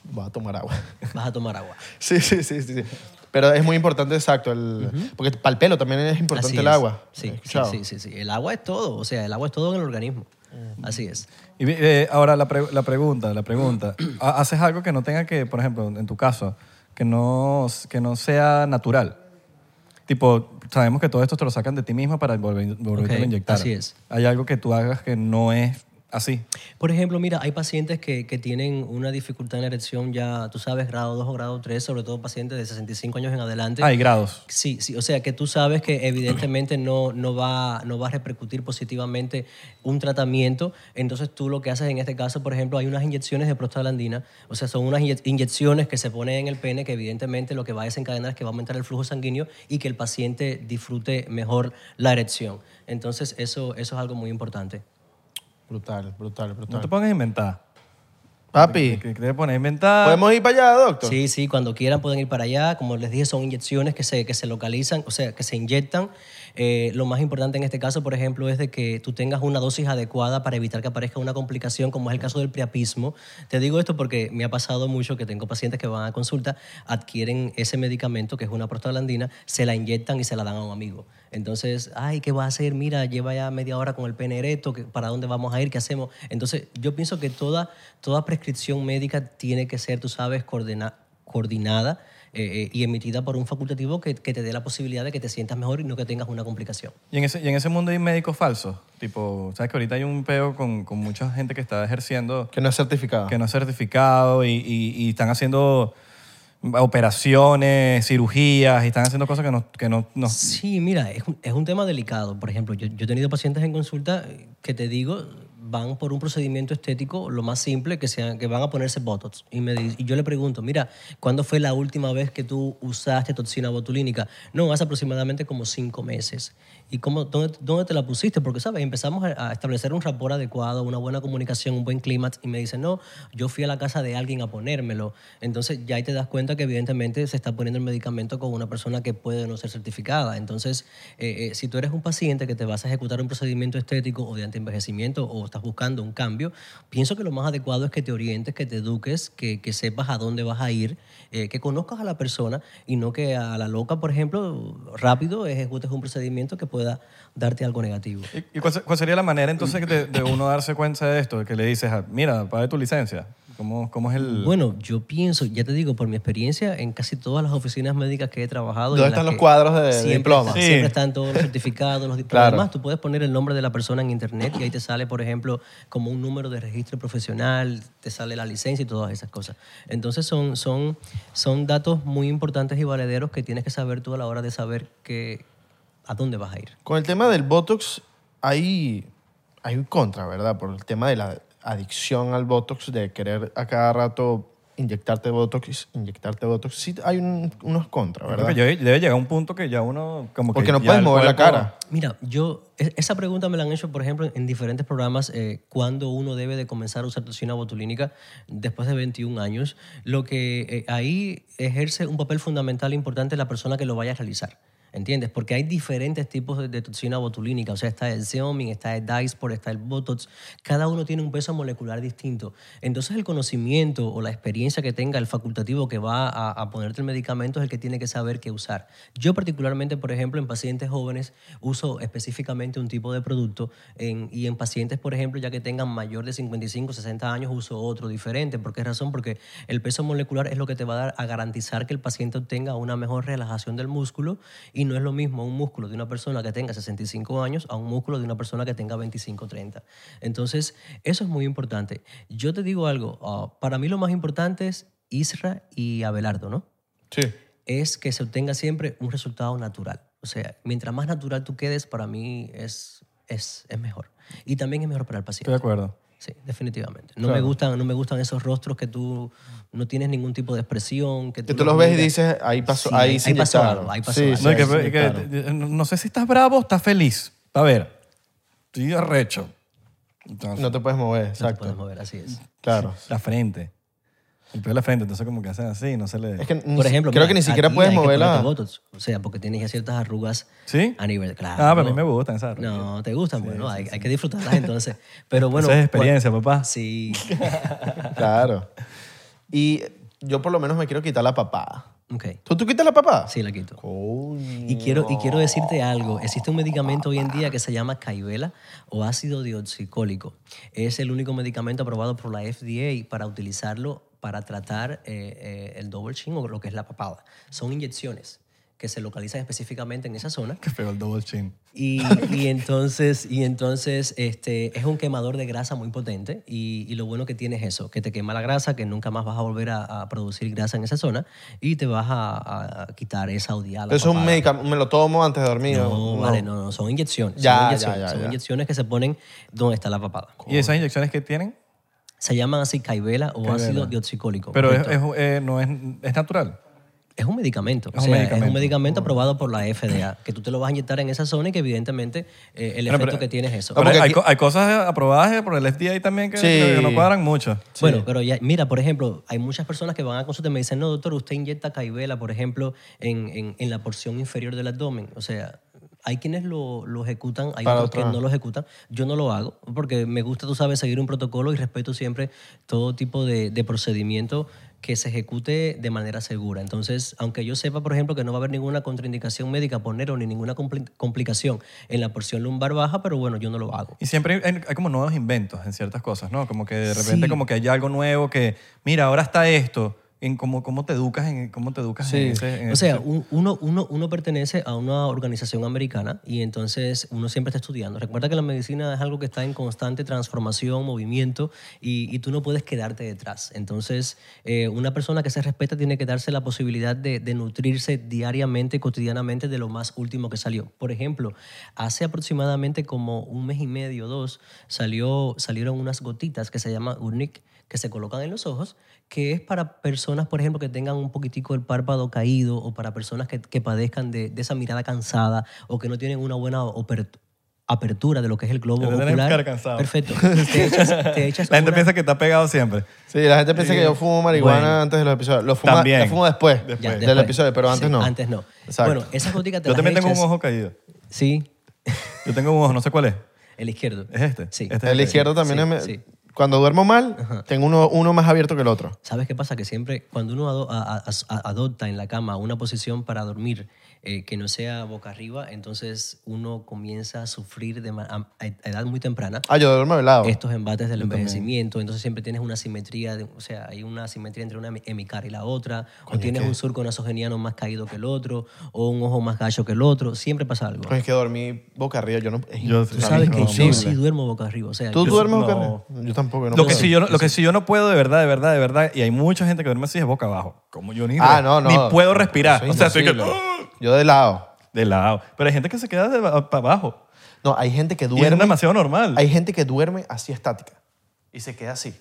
A: Voy a tomar agua.
B: vas a tomar agua.
A: Sí, sí, sí, sí. sí. Pero es muy importante, exacto. El, Porque para el pelo también es importante
B: Así
A: el
B: es.
A: agua. ¿Has
B: Sí, sí,
A: escuchado?
B: sí, sí, sí. El agua es todo, o sea, el agua es todo en el organismo. Así es.
C: Y, vi- eh, ahora la, pre- la pregunta, la pregunta. *clears throat* Ha- ¿Haces algo que no tenga que, por ejemplo, en tu caso, que no, que no sea natural? Tipo, sabemos que todo esto te lo sacan de ti misma para volver, volverte
B: Ok,
C: a inyectar.
B: así es.
C: ¿Hay algo que tú hagas que no es así?
B: Por ejemplo, mira, hay pacientes que, que tienen una dificultad en la erección ya, tú sabes, grado 2 o grado 3, sobre todo pacientes de 65 años en adelante.
C: Hay grados.
B: Sí, sí, o sea que tú sabes que evidentemente no, no, va, no va a repercutir positivamente un tratamiento, entonces tú lo que haces en este caso, por ejemplo, hay unas inyecciones de prostaglandina, o sea, son unas inye- inyecciones que se ponen en el pene que evidentemente lo que va a desencadenar es que va a aumentar el flujo sanguíneo y que el paciente disfrute mejor la erección. Entonces eso, eso es algo muy importante.
A: Brutal, brutal,
C: No
A: brutal.
C: te pongas a inventar.
A: Papi,
C: Que- que te pones a inventar.
A: ¿podemos ir para allá, doctor?
B: Sí, sí, cuando quieran pueden ir para allá. Como les dije, son inyecciones que se, que se localizan, o sea, que se inyectan. Eh, lo más importante en este caso, por ejemplo, es de que tú tengas una dosis adecuada para evitar que aparezca una complicación, como es el caso del priapismo. Te digo esto porque me ha pasado mucho que tengo pacientes que van a consulta, adquieren ese medicamento, que es una prostaglandina, se la inyectan y se la dan a un amigo. Entonces, ay, ¿qué va a hacer? Mira, lleva ya media hora con el pene erecto, ¿qué- ¿para dónde vamos a ir? ¿Qué hacemos? Entonces, yo pienso que toda, toda prescripción médica tiene que ser, tú sabes, coordena- coordinada eh, eh, y emitida por un facultativo que, que te dé la posibilidad de que te sientas mejor y no que tengas una complicación.
C: Y en, ese, y en ese mundo hay médicos falsos. Tipo, ¿sabes que ahorita hay un peo con, con mucha gente que está ejerciendo
A: Que no es certificado.
C: que no es certificado y, y- y están haciendo operaciones, cirugías y están haciendo cosas que no... Que no, no-
B: Sí, mira, es un, es un tema delicado. Por ejemplo, yo, yo he tenido pacientes en consulta que te digo van por un procedimiento estético lo más simple que sean que van a ponerse botox y me di- y yo le pregunto mira cuándo fue la última vez que tú usaste toxina botulínica no hace aproximadamente como cinco meses y cómo dónde, dónde te la pusiste porque sabes empezamos a, a establecer un rapport adecuado una buena comunicación un buen clima y me dicen no yo fui a la casa de alguien a ponérmelo entonces ya ahí te das cuenta que evidentemente se está poniendo el medicamento con una persona que puede no ser certificada. Entonces, eh, eh, si tú eres un paciente que te vas a ejecutar un procedimiento estético o de antienvejecimiento o estás buscando un cambio, pienso que lo más adecuado es que te orientes, que te eduques, que, que sepas a dónde vas a ir, eh, que conozcas a la persona y no que a la loca, por ejemplo, rápido ejecutes un procedimiento que pueda darte algo negativo.
C: ¿Y, y cuál, se- cuál sería la manera entonces de, de uno darse cuenta de esto? Que le dices, ah, mira, pague tu licencia. ¿Cómo, cómo es
A: Mm.
C: el...?
B: Bueno, yo pienso, ya te digo, por mi experiencia, en casi todas las oficinas médicas que he trabajado. y
A: ¿Dónde
B: en las
A: están los
B: que
A: cuadros de- de
B: siempre
A: diploma?
B: está-
C: Sí.
B: Siempre están todos los certificados, los diplomas.
A: Claro.
B: Además, tú puedes poner el nombre de la persona en internet y ahí te sale, por ejemplo, como un número de registro profesional, te sale la licencia y todas esas cosas. Entonces, son, son, son datos muy importantes y valederos que tienes que saber tú a la hora de saber que, a dónde vas a ir.
A: Con el tema del Botox hay, hay un contra, ¿verdad? Por el tema de la adicción al Botox, de querer a cada rato inyectarte Botox, inyectarte Botox. Sí hay un- unos contra,
C: Yo creo
A: ¿verdad?
C: que ya debe llegar un punto que ya uno... Como que
A: Porque no
C: ya
A: puedes
C: el
A: mover la
C: cuerpo-
A: cara.
B: Mira, yo, e- esa pregunta me la han hecho, por ejemplo, en diferentes programas, eh, cuándo uno debe de comenzar a usar toxina botulínica después de 21 años. Lo que eh, ahí ejerce un papel fundamental importante la persona que lo vaya a realizar. ¿Entiendes? Porque hay diferentes tipos de, de toxina botulínica. O sea, está el Xeomin, está el Dysport, está el Botox. Cada uno tiene un peso molecular distinto. Entonces, el conocimiento o la experiencia que tenga el facultativo que va a, a ponerte el medicamento es el que tiene que saber qué usar. Yo particularmente, por ejemplo, en pacientes jóvenes uso específicamente un tipo de producto en- y en pacientes, por ejemplo, ya que tengan mayor de 55, 60 años, uso otro diferente. ¿Por qué razón? Porque el peso molecular es lo que te va a dar a garantizar que el paciente obtenga una mejor relajación del músculo y no es lo mismo un músculo de una persona que tenga 65 años a un músculo de una persona que tenga 25, 30. Entonces, eso es muy importante. Yo te digo algo, ah, para mí lo más importante es Isra y Abelardo, ¿no?
A: Sí.
B: es que se obtenga siempre un resultado natural. O sea, mientras más natural tú quedes, para mí es, es, es mejor. Y también es mejor para el
C: Estoy
B: paciente.
C: de acuerdo.
B: Sí, definitivamente. No, me gustan, no me gustan esos rostros que tú no tienes ningún tipo de expresión. Que tú,
A: Que tú
B: los
A: los ves y
B: miras.
A: dices, ahí pasó,
B: Sí,
A: ahí se
B: ahí pasó
A: inyectaron.
B: algo, ahí pasó
A: Sí,
B: algo.
A: sí,
C: No,
A: ahí
C: y que-
A: se
C: y que-
A: inyectaron.
C: no- no sé si estás bravo o estás feliz. A ver, estoy arrecho. Entonces,
A: No te puedes mover,
B: No te
A: exacto.
B: puedes mover, así es.
A: Claro.
C: La frente. El pelo de la frente, entonces como que hacen así, no se le...
A: Es que ni
B: Por
A: si-
B: ejemplo,
A: creo
B: mira,
A: que ni siquiera
B: aquí
A: puedes
B: hay que ponerte
A: moverla.
B: botox, o sea, porque tienes ya ciertas arrugas
C: ¿Sí?
B: a nivel, claro.
C: Ah, pero a mí me gustan esas arrugas.
B: No, te gustan, bueno, hay, hay que disfrutarlas entonces. Pero bueno.
C: Esa es experiencia,
B: cua-
C: papá.
B: Sí.
A: *laughs* Claro. Y yo por lo menos me quiero quitar la papada.
B: Ok.
A: ¿Tú, tú quitas la papada?
B: Sí, la quito.
A: Coño.
B: Y quiero, y quiero decirte algo. Existe un medicamento hoy en día que se llama caivela o ácido dioxicólico. Es el único medicamento aprobado por la FDA para utilizarlo para tratar eh, eh, el double chin o lo que es la papada. Son inyecciones que se localizan específicamente en esa zona.
C: Qué feo el double chin.
B: Y, y entonces, y entonces este, es un quemador de grasa muy potente y, y lo bueno que tiene es eso, que te quema la grasa, que nunca más vas a volver a, a producir grasa en esa zona y te vas a, a- a quitar esa odiada.
A: Eso es un
B: papada.
A: medicamento. Me lo tomo antes de dormir.
B: No, vale, no, no, son inyecciones.
A: Ya, ya,
B: son inyecciones,
A: ya,
B: son
A: ya.
B: inyecciones que se ponen donde está la papada.
C: ¿Y esas inyecciones que tienen?
B: Se llaman así caivela o ácido dioxicólico.
C: Pero es,
B: correcto.
C: es- eh, no es, es natural.
B: Es un medicamento.
C: Es un
B: o sea, Es
C: medicamento.
B: un medicamento aprobado por la FDA, que tú te lo vas a inyectar en esa zona y que evidentemente eh, el
C: Bueno,
B: efecto
C: pero-
B: que tiene es eso.
A: No,
C: Pero
A: porque
C: hay,
A: aquí-
C: co- hay cosas aprobadas por el FDA también que,
A: Sí.
C: que no cuadran mucho.
B: Bueno, pero ya, mira, por ejemplo, hay muchas personas que van a consulta y me dicen, no, doctor, usted inyecta caibela, por ejemplo, en, en- en la porción inferior del abdomen. O sea, hay quienes lo, lo ejecutan, hay
A: Para
B: otros
A: otra.
B: que no lo ejecutan. Yo no lo hago porque me gusta, tú sabes, seguir un protocolo y respeto siempre todo tipo de, de procedimiento que se ejecute de manera segura. Entonces, aunque yo sepa, por ejemplo, que no va a haber ninguna contraindicación médica ponerlo ni ninguna compli- complicación en la porción lumbar baja, pero bueno, yo no lo hago.
C: Y siempre hay, hay como nuevos inventos en ciertas cosas, ¿no? Como que de repente
B: Sí.
C: como que hay algo nuevo que, mira, ahora está esto. En cómo, cómo te educas en cómo te educas en ese- en
B: O sea,
C: ese-
B: un- uno, uno, uno pertenece a una organización americana y entonces uno siempre está estudiando. Recuerda que la medicina es algo que está en constante transformación, movimiento y, y tú no puedes quedarte detrás. Entonces, eh, una persona que se respeta tiene que darse la posibilidad de, de nutrirse diariamente, cotidianamente de lo más último que salió. Por ejemplo, hace aproximadamente como un mes y medio, dos, salió, salieron unas gotitas que se llama Unique que se colocan en los ojos, que es para personas, por ejemplo, que tengan un poquitico el párpado caído o para personas que, que padezcan de, de esa mirada cansada o que no tienen una buena oper- apertura de lo que es el globo
C: Que no tienen cara
B: ocular.
C: cansada.
B: Perfecto.
C: *laughs*
B: Te echas, te echas
C: la gente
B: una-
C: piensa que está pegado siempre.
A: Sí, la gente piensa que yo fumo marihuana
C: Bueno.
A: antes de los episodios. Lo fuma,
C: También.
A: la fumo después,
B: Ya,
A: del
B: después.
A: episodio, pero antes
B: Sí,
A: no.
B: Antes no.
A: Exacto.
B: Bueno, esas gotitas te
C: Yo
B: las
C: también tengo un
B: echas-
C: ojo caído.
B: Sí,
C: Yo tengo un ojo, no sé cuál es.
B: el izquierdo.
C: ¿Es este?
B: Sí.
C: Este.
A: El izquierdo también
B: Sí,
A: es-
B: sí.
A: Cuando duermo mal, tengo uno, uno más abierto que el otro.
B: ¿Sabes qué pasa? Que siempre cuando uno ado- a- a- as- a- adopta en la cama una posición para dormir eh, que no sea boca arriba, entonces uno comienza a sufrir de ma- a, a edad muy temprana
A: Ah, yo duermo de lado.
B: estos embates del envejecimiento. Entonces siempre tienes una simetría, de- o sea, hay una simetría entre una hemi- hemicara y la otra, o tienes un surco nasogeniano más caído que el otro, o un ojo más gallo que el otro. Siempre pasa algo.
A: Coño, Pues es que dormí boca arriba. Yo no. es
C: Yo-
A: imposible.
B: Tú sabes que yo
A: Imposible.
B: sí duermo boca arriba. O sea,
A: ¿Tú
B: yo-
A: duermes boca
C: no.
A: arriba? Yo tampoco. no
C: Lo que,
A: puedo.
C: si yo, no- lo que si yo no puedo de verdad, de verdad, de verdad, y hay mucha gente que duerme así es boca abajo. Como yo ni,
A: Ah, no, no.
C: ni puedo respirar.
A: Eso
C: O
A: es
C: sea, estoy que, ¡oh! ¡Ah!
A: imposible. Yo de lado.
C: de lado. Pero hay gente que se queda de, para abajo.
A: No, hay gente que
C: Y es
A: duerme.
C: demasiado normal.
A: Hay gente que duerme así estática y se queda así.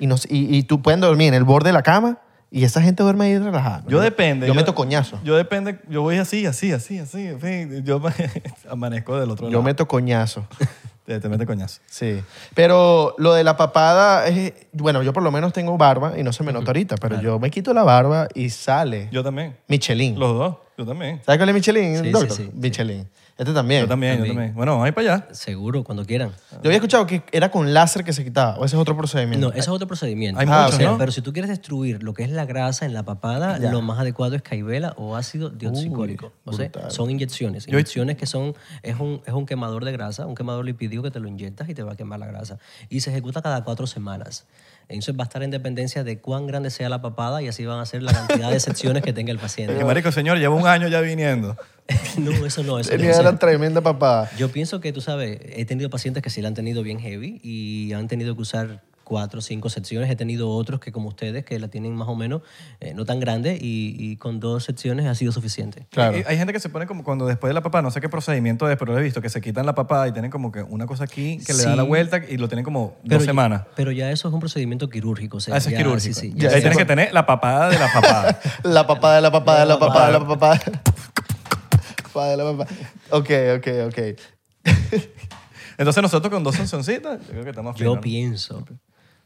A: Y, no, y, y tú pueden dormir en el borde de la cama y esa gente duerme ahí relajada.
C: Yo depende.
A: Yo, meto coñazo.
C: Yo depende. Yo voy así, así, así, así. en fin, Yo *laughs* amanezco del otro
A: Yo,
C: lado.
A: meto coñazo.
C: *laughs* Te, te mete coñazo.
A: Sí. Pero lo de la papada es. Bueno, yo por lo menos tengo barba y no se me nota ahorita, pero yo me quito la barba y sale
C: Yo también.
A: Michelin.
C: Los dos. Yo también.
A: ¿Sabes cuál es Michelin?
B: Sí,
A: doctor?
B: sí, sí, sí.
A: Michelin. Este también.
C: Yo también, yo también. Bueno, vamos a ir para allá.
B: Seguro, cuando quieran.
A: Yo había escuchado que era con láser que se quitaba, o ese es otro procedimiento.
B: No, eso es otro procedimiento.
C: Hay
B: Ah,
C: muchos,
B: o sea,
C: ¿no?
B: Pero si tú quieres destruir lo que es la grasa en la papada, lo más adecuado es caivela o ácido dioxicólico. O sea, son inyecciones. Inyecciones que son, es un, es un quemador de grasa, un quemador lipídico que te lo inyectas y te va a quemar la grasa. Y se ejecuta cada cuatro semanas. Entonces va a estar en dependencia de cuán grande sea la papada y así van a ser la cantidad de secciones que tenga el
C: Que, *laughs*
B: paciente. *laughs*
C: marico, señor, llevo un año ya viniendo.
B: no, eso no, eso no.
A: Tenía
B: O sea,
A: la tremenda papada.
B: yo pienso que, tú sabes, he tenido pacientes que sí la han tenido bien heavy y han tenido que usar cuatro o cinco secciones. He tenido otros que como ustedes, que la tienen más o menos eh, no tan grande y, y con dos secciones ha sido suficiente.
A: Claro.
C: Hay, hay gente que se pone como cuando después de la papá, no sé qué procedimiento es, pero lo he visto, que se quitan la papá y tienen como que una cosa aquí que le da
B: Sí.
C: la vuelta y lo tienen como
B: Pero
C: dos
B: ya-
C: semanas.
B: Pero ya eso es un procedimiento quirúrgico. o sea,
C: Ah, eso es
B: ya- sí,
C: quirúrgico.
B: sí,
C: Ya,
B: ya
C: ahí
B: eso-
C: tienes que tener la papada de la papada. *laughs*
A: La papada, la papada, la papada, la papada. Papada, la papada. Ok, ok, ok.
C: Entonces nosotros con dos sancioncitas, yo creo que estamos
B: Yo
C: finos.
B: pienso.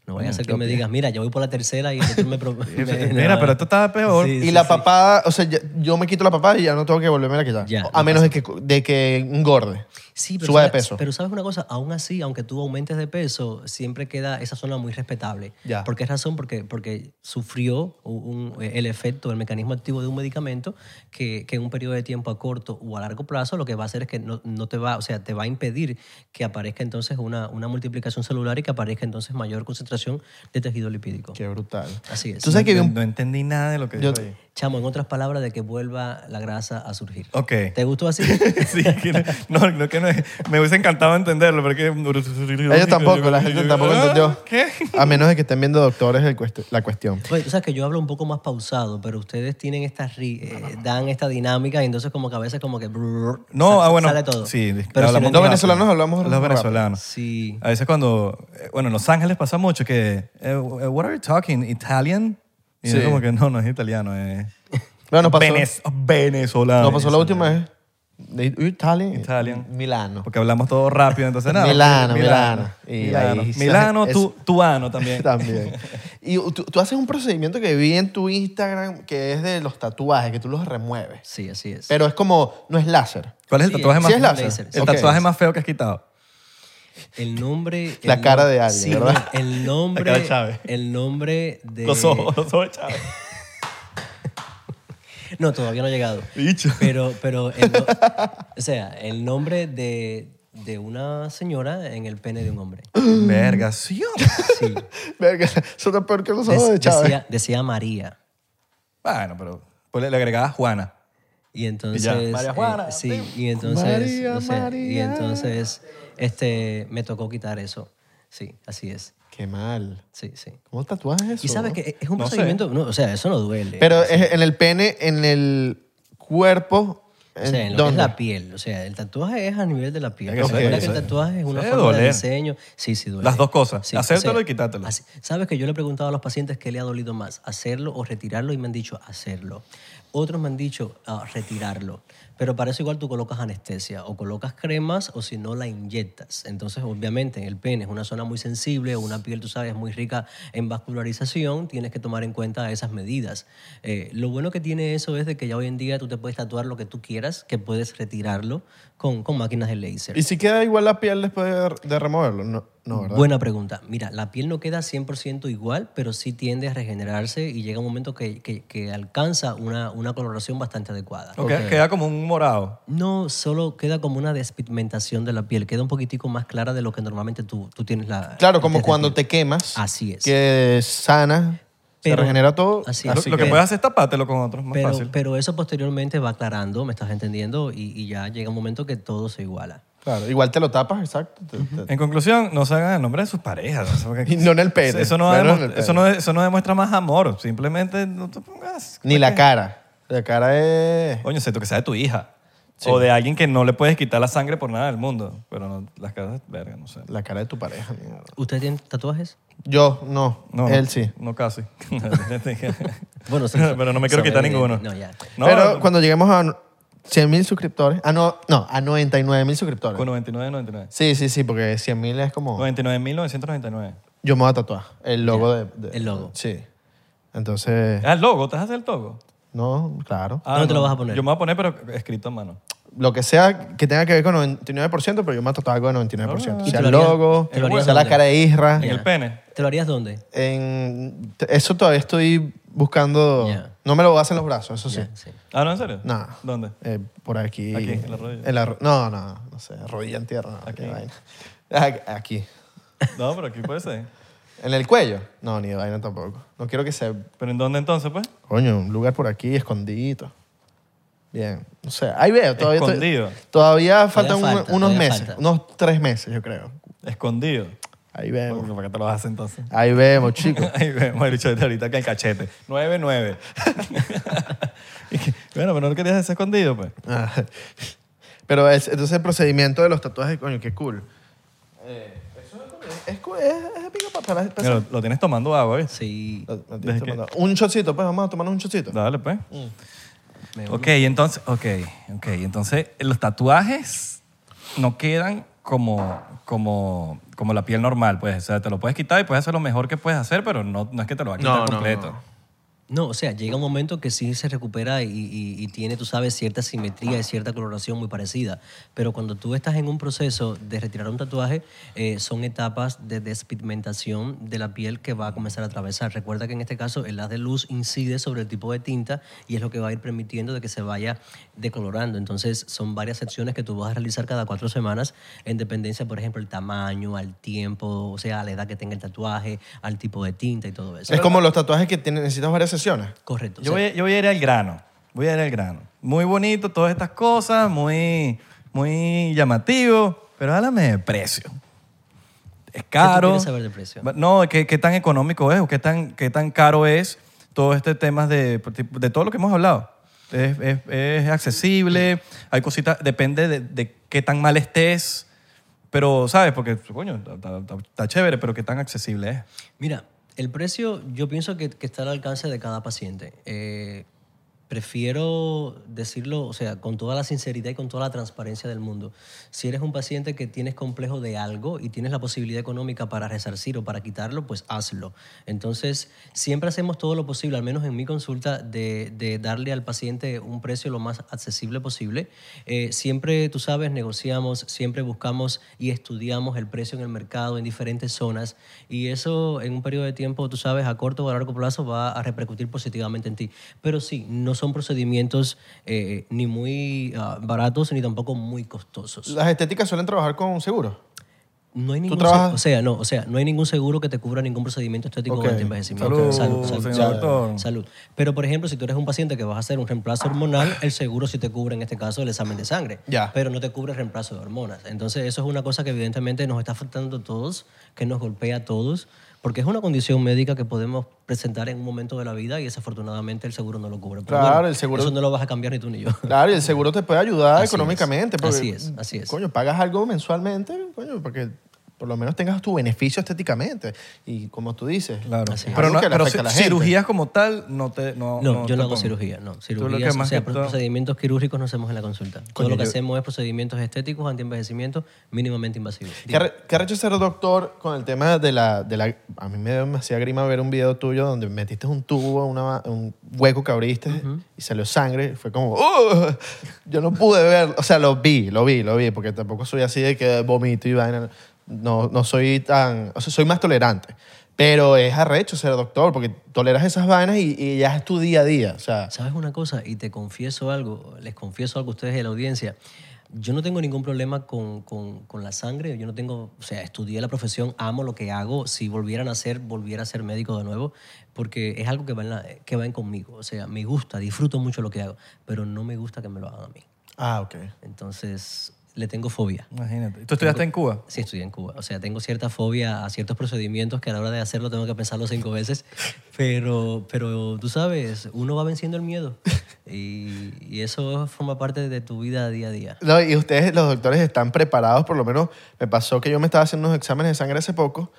B: No vaya a ser que
A: yo
B: me digas, mira, yo voy por la tercera y el doctor *laughs*
C: *laughs*
B: me... pro- me-
C: Mira, pero esto está peor.
B: Sí,
A: Y la papada, o sea, ya- yo me quito la papada y ya no tengo que volverme a quitar.
B: Ya,
A: a
B: no
A: menos de que, de que engorde.
B: Sí,
A: Suba de
B: sabes-
A: peso.
B: Pero sabes una cosa, aún así, aunque tú aumentes de peso, siempre queda esa zona muy respetable.
A: Ya.
B: ¿Por qué razón? Porque, porque sufrió un- un- el efecto, el mecanismo activo de un medicamento que, que en un periodo de tiempo a corto o a largo plazo lo que va a hacer es que no, no te va, o sea, te va a impedir que aparezca entonces una, una multiplicación celular y que aparezca entonces mayor concentración de tejido lipídico.
A: Qué brutal.
B: Así es.
A: Tú sabes que vi
C: no,
A: un...
C: no entendí nada de lo que
A: Yo-
C: dijo ahí.
B: Chamo, en otras palabras, de que vuelva la grasa a surgir.
C: Ok.
B: ¿Te
A: *laughs*
B: gustó así?
C: *laughs* Sí, que no, no, no, que no, me hubiese encantado entenderlo, pero que...
A: Ellos tampoco, la gente tampoco
C: Ah,
A: entendió.
C: ¿Qué?
A: A menos de que estén viendo doctores el cuest- la cuestión.
B: Oye, tú sabes que yo hablo un poco más pausado, pero ustedes tienen esta, ri- eh, dan esta dinámica y entonces como que a veces como que... brrr,
C: No,
B: sal-
C: ah, bueno.
B: Sale todo.
C: Sí, dis-
B: pero si
C: hablamos
B: no
A: Los
C: rápido.
A: venezolanos hablamos
C: Los
A: rápido.
C: venezolanos.
B: Sí.
C: A veces cuando, eh, bueno, en Los Ángeles pasa mucho que, eh, what are you talking, Italian? Y
A: Sí.
C: es como que no, no es italiano, es
A: Bueno, pasó,
C: venez- venezolano.
A: nos pasó la última vez. De Italia.
C: Italian.
A: Milano.
C: Porque hablamos todo rápido, entonces nada.
A: Milano, Milano. Y
C: Milano,
A: ahí-
C: Milano
A: es-
C: tu- tuano también.
A: *laughs* También. Y tú, tú haces un procedimiento que vi en tu Instagram que es de los tatuajes, que tú los remueves.
B: Sí, así es.
A: Pero es como, no es láser.
C: ¿Cuál es el
B: Sí,
C: tatuaje
B: sí
C: más
A: es láser.
C: El
A: Ok.
C: tatuaje más feo que has quitado.
B: El nombre...
A: La
B: el
A: cara
B: nom-
A: de alguien,
B: sí,
A: ¿verdad?
B: no, el nombre...
C: La cara de Chávez.
B: El nombre de...
C: Los ojos, los ojos echados.
B: No, todavía no ha llegado.
C: Bicho.
B: Pero, pero el
A: *laughs*
B: no- o sea, el nombre de, de una señora en el pene de un hombre.
C: Verga, sí. hombre.
B: Sí.
A: *laughs* Verga, eso está peor que los ojos
B: Des-
A: de Chávez.
B: decía, decía María.
C: Bueno, pero pues le le agregaba Juana.
B: Y entonces.
C: María
B: eh,
C: Juana,
B: sí, y entonces.
A: María,
B: o sea, Y
A: María.
B: entonces este, me tocó quitar eso. Sí, así es.
A: Qué mal.
B: Sí, sí.
A: ¿Cómo tatuajes eso?
B: Y sabes que es un
C: No sé.
B: procedimiento. no, o sea, eso no duele.
A: Pero es en el pene, en el cuerpo.
B: o sea, en lo que es
A: ¿dónde?
B: la piel. O sea, el tatuaje es a nivel de la piel.
C: que sí,
B: Recuerda
C: sí.
B: que el tatuaje es una
C: Sí,
B: forma de
C: duele.
B: diseño. Sí, sí, duele.
C: Las dos cosas, hacértelo y quitártelo.
B: así- Sabes que yo le he preguntado a los pacientes qué le ha dolido más, hacerlo o retirarlo, y me han dicho hacerlo. Otros me han dicho ah, retirarlo. Pero para eso igual tú colocas anestesia, o colocas cremas, o si no la inyectas. Entonces, obviamente, el pene es una zona muy sensible, una piel, tú sabes, muy rica en vascularización, tienes que tomar en cuenta esas medidas. Eh, lo bueno que tiene eso es de que ya hoy en día tú te puedes tatuar lo que tú quieras, que puedes retirarlo con, con máquinas de láser.
A: ¿Y si queda igual la piel después de, de removerlo? No, no, ¿verdad?
B: Buena pregunta. Mira, la piel no queda 100% igual, pero sí tiende a regenerarse y llega un momento que, que- que alcanza una, una coloración bastante adecuada.
C: Ok, Queda como un morado.
B: No solo queda como una despigmentación de la piel, queda un poquitico más clara de lo que normalmente tú, tú tienes la...
A: Claro, como
B: tienes la
A: cuando
B: piel.
A: te quemas.
B: Así es.
A: Que sana, se
B: Pero-
A: regenera todo.
B: así
A: Así,
B: es.
C: Lo- lo que
A: que-
C: puedes hacer es tapártelo con otros, más
B: Pero,
C: fácil.
B: pero eso posteriormente va aclarando, me estás entendiendo, y, y ya llega un momento que todo se iguala.
A: Claro, igual te lo tapas, exacto. te- te-
C: En conclusión, no se hagan el nombre de sus parejas. ¿no? Porque-
A: Y *laughs* no en el pene,
C: Eso no,
A: menos
C: demu-
A: en el pene.
C: eso, no, eso no demuestra más amor. Simplemente no te pongas.
A: Ni la cara. La cara es...
C: Coño, excepto que sea de tu hija. O de alguien que no le puedes quitar la sangre por nada del mundo. Pero no, las caras, verga, no sé.
A: La cara de tu pareja. mierda.
B: ¿Ustedes tienen tatuajes?
A: Yo, no.
C: No, no,
A: Él sí. *laughs*
C: No casi. *laughs*
B: Bueno, sí,
C: pero no me quiero
B: son
C: quitar
B: evidentes.
C: ninguno.
B: No, ya.
C: No,
A: Pero
C: no,
A: cuando lleguemos a 100 mil suscriptores... Ah, no, no, a 99 mil suscriptores.
C: con 99, 99.
A: Sí, sí, sí, porque 100 mil es como...
C: 99.999.
A: Yo me voy a tatuar el logo
B: Ya,
A: de, de-
B: el logo.
A: Sí. Entonces,
C: Ah, el logo, ¿te vas a hacer el logo?
A: no, claro.
C: Ah,
B: ¿Dónde te lo vas a poner?
C: Yo me voy a poner, pero escrito a mano.
A: Lo que sea que tenga que ver con 99%, pero yo me voy a tatuar algo de 99%.
B: Ah. ¿Y
A: sea
B: te lo
A: el
B: harías-
A: logo,
B: te lo harías
A: sea la
B: dónde?
A: cara de Isra.
C: En el pene.
B: ¿Te lo harías dónde?
A: En, t- eso todavía estoy buscando.
B: Ya.
A: No me lo voy a hacer en los brazos, eso sí.
B: Sí.
C: Ah, ¿no? ¿En serio?
A: No.
B: *laughs*
C: ¿Dónde?
A: Eh, por aquí.
C: Aquí, en la rodilla.
A: en la ro- no, no, no sé. Rodilla en tierra. no, qué vaina. A- Aquí.
C: No, pero aquí puede ser.
A: ¿En el cuello? No, ni de vaina tampoco. No quiero que sea.
C: ¿Pero en dónde entonces, pues?
A: Coño, un lugar por aquí, escondidito. Bien. No sé. Ahí veo. Todavía estoy-
C: Escondido.
A: todavía faltan un-
B: falta,
A: unos
B: todavía
A: meses.
B: falta.
A: Unos tres meses, yo creo.
C: Escondido.
A: Ahí vemos.
C: Eh, ¿Para qué te lo haces entonces?
A: Ahí vemos, chicos.
C: *laughs* Ahí vemos el bicho ahorita acá en cachete. 9-9. *laughs* Y que, bueno, pero no lo querías hacer escondido, pues.
A: Ah, *laughs* Pero es- entonces el procedimiento de los tatuajes, coño, qué cool. Eh, eso es cool, es- es cool, es- es pico pa- para- para-
C: Mira, lo, lo tienes tomando agua, ¿ves?
B: Sí.
A: Lo- lo
C: Desde
A: tienes
C: que-
A: tomando. Un shotcito, pues vamos a tomarnos un shotcito.
C: Dale, pues.
B: me-
C: Ok, entonces, ok, ok. Entonces, los tatuajes no quedan como, como, como la piel normal, pues. O sea, te lo puedes quitar y puedes hacer lo mejor que puedes hacer, pero no, no es que te lo va a quitar
A: No, no,
C: completo.
A: no.
B: No, o sea, llega un momento que sí se recupera y, y- y tiene, tú sabes, cierta simetría y cierta coloración muy parecida. Pero cuando tú estás en un proceso de retirar un tatuaje, eh, son etapas de despigmentación de la piel que va a comenzar a atravesar. Recuerda que en este caso el haz de luz incide sobre el tipo de tinta y es lo que va a ir permitiendo de que se vaya decolorando. Entonces, son varias secciones que tú vas a realizar cada cuatro semanas en dependencia, por ejemplo, el tamaño, al tiempo, o sea, a la edad que tenga el tatuaje, al tipo de tinta y todo eso.
A: Es como los tatuajes que tienen, necesitas varias sesiones.
B: Correcto. o sea,
C: Yo voy, a- yo voy a ir al grano. Voy a ir al grano. Muy bonito, todas estas cosas, muy, muy llamativo, pero háblame de precio. Es caro.
B: quieres saber de precio?
C: No, ¿qué, qué tan económico es o qué tan, qué tan caro es todo este tema de, de todo lo que hemos hablado. Es, es- es accesible, hay cositas, depende de, de qué tan mal estés, pero, ¿sabes? Porque, coño, está- está- está- está chévere, pero qué tan accesible es.
B: Mira, el precio yo pienso que, que está al alcance de cada paciente. Eh, prefiero decirlo, o sea, con toda la sinceridad y con toda la transparencia del mundo. Si eres un paciente que tienes complejo de algo y tienes la posibilidad económica para resarcir o para quitarlo, pues hazlo. Entonces, siempre hacemos todo lo posible, al menos en mi consulta, de, de darle al paciente un precio lo más accesible posible. Eh, siempre, tú sabes, negociamos, siempre buscamos y estudiamos el precio en el mercado, en diferentes zonas, y eso en un periodo de tiempo, tú sabes, a corto o a largo plazo va a repercutir positivamente en ti. Pero sí, no son procedimientos eh, ni muy ah, baratos ni tampoco muy costosos.
A: Las estéticas suelen trabajar con seguros.
B: No hay ningún
A: trabajas?
B: se- o sea, no, o sea, no hay ningún seguro que te cubra ningún procedimiento estético
A: Ok.
B: durante envejecimiento.
C: Salud,
B: salud,
C: señor
B: salud,
C: doctor.
B: salud. Pero por ejemplo, si tú eres un paciente que vas a hacer un reemplazo hormonal, el seguro sí te cubre en este caso el examen de sangre,
A: Ya.
B: pero no te cubre el reemplazo de hormonas. Entonces, eso es una cosa que evidentemente nos está afectando a todos, que nos golpea a todos, porque es una condición médica que podemos presentar en un momento de la vida y desafortunadamente el seguro no lo cubre. Pero
A: Claro,
B: bueno,
A: el seguro-
B: Eso no lo vas a cambiar ni tú ni yo.
A: Claro, y el seguro te puede ayudar
B: Así es,
A: económicamente. porque,
B: así es, así es.
A: Coño, pagas algo mensualmente, coño, porque por lo menos tengas tu beneficio estéticamente. Y como tú dices,
C: Claro.
B: Así es.
A: pero,
C: Pero, no- pero
A: pero
C: ci- cirugías como tal no te... No,
B: No, yo
C: te
B: no hago
C: pongo.
B: cirugía, no.
C: lo que
B: Cirugías, o
C: más
B: sea,
C: que
B: pro-
C: todo-
B: procedimientos quirúrgicos no hacemos en la consulta.
A: Coño,
B: todo lo que
A: yo-
B: hacemos es procedimientos estéticos, antienvejecimiento, mínimamente invasivos.
A: ¿Qué arre- qué arrecho ser doctor con el tema de la, de la... A mí me dio demasiada grima ver un video tuyo donde metiste un tubo, una- un hueco que abriste y salió sangre. Fue como... "Ugh". Yo no pude ver... O sea, lo vi, lo vi, lo vi, porque tampoco soy así de que vomito y vaina. No, no soy tan... O sea, soy más tolerante. Pero es arrecho ser doctor porque toleras esas vainas y, y ya es tu día a día. O sea,
B: ¿Sabes una cosa? Y te confieso algo, les confieso algo a ustedes y a la audiencia. Yo no tengo ningún problema con, con- con la sangre, yo no tengo, o sea, estudié la profesión, amo lo que hago, si volvieran a ser, volviera a ser médico de nuevo, porque es algo que va, en la- que va en conmigo, o sea, me gusta, disfruto mucho lo que hago, pero no me gusta que me lo hagan a mí.
A: ah, ok.
B: Entonces, le tengo fobia.
C: Imagínate. ¿Tú estudiaste en Cuba?
B: Sí, estudié en Cuba. O sea, tengo cierta fobia a ciertos procedimientos que a la hora de hacerlo tengo que pensarlo cinco veces. Pero, pero tú sabes, uno va venciendo el miedo. Y, y eso forma parte de tu vida día a día.
A: No, y ustedes, los doctores, están preparados, por lo menos me pasó que yo me estaba haciendo unos exámenes de sangre hace poco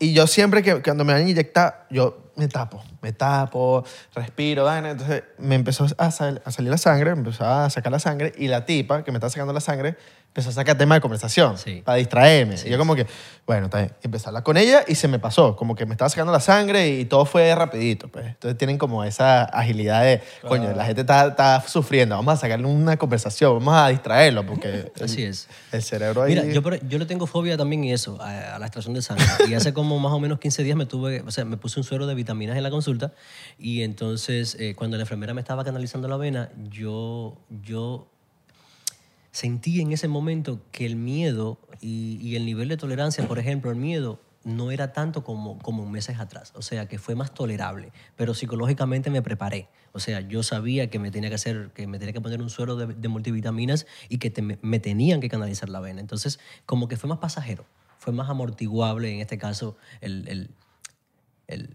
A: y yo siempre que cuando me van a inyectar, yo me tapo, me tapo, respiro, vaina. entonces me empezó a, sal- a salir la sangre, me empezó a sacar la sangre y la tipa que me está sacando la sangre empezó a sacar tema de conversación
B: Sí.
A: para distraerme. y yo como que, bueno, está bien. Empecé a hablar con ella y se me pasó, como que me estaba sacando la sangre y todo fue rapidito. Pues. Entonces tienen como esa agilidad de, coño, la gente está, está sufriendo, vamos a sacarle una conversación, vamos a distraerlo porque el-
B: *laughs* Así es.
A: el cerebro ahí...
B: Mira, yo, pero yo le tengo fobia también y eso, a, a la extracción de sangre. Y hace como más o menos 15 días me tuve, o sea, me puse un suero de vitaminas en la consulta y entonces eh, cuando la enfermera me estaba canalizando la vena, yo, yo sentí en ese momento que el miedo y, y el nivel de tolerancia, por ejemplo, el miedo no era tanto como, como meses atrás, o sea, que fue más tolerable, pero psicológicamente me preparé, o sea, yo sabía que me tenía que hacer, que me tenía que poner un suero de, de multivitaminas y que te- me, me tenían que canalizar la vena, entonces como que fue más pasajero, fue más amortiguable en este caso el, el, el,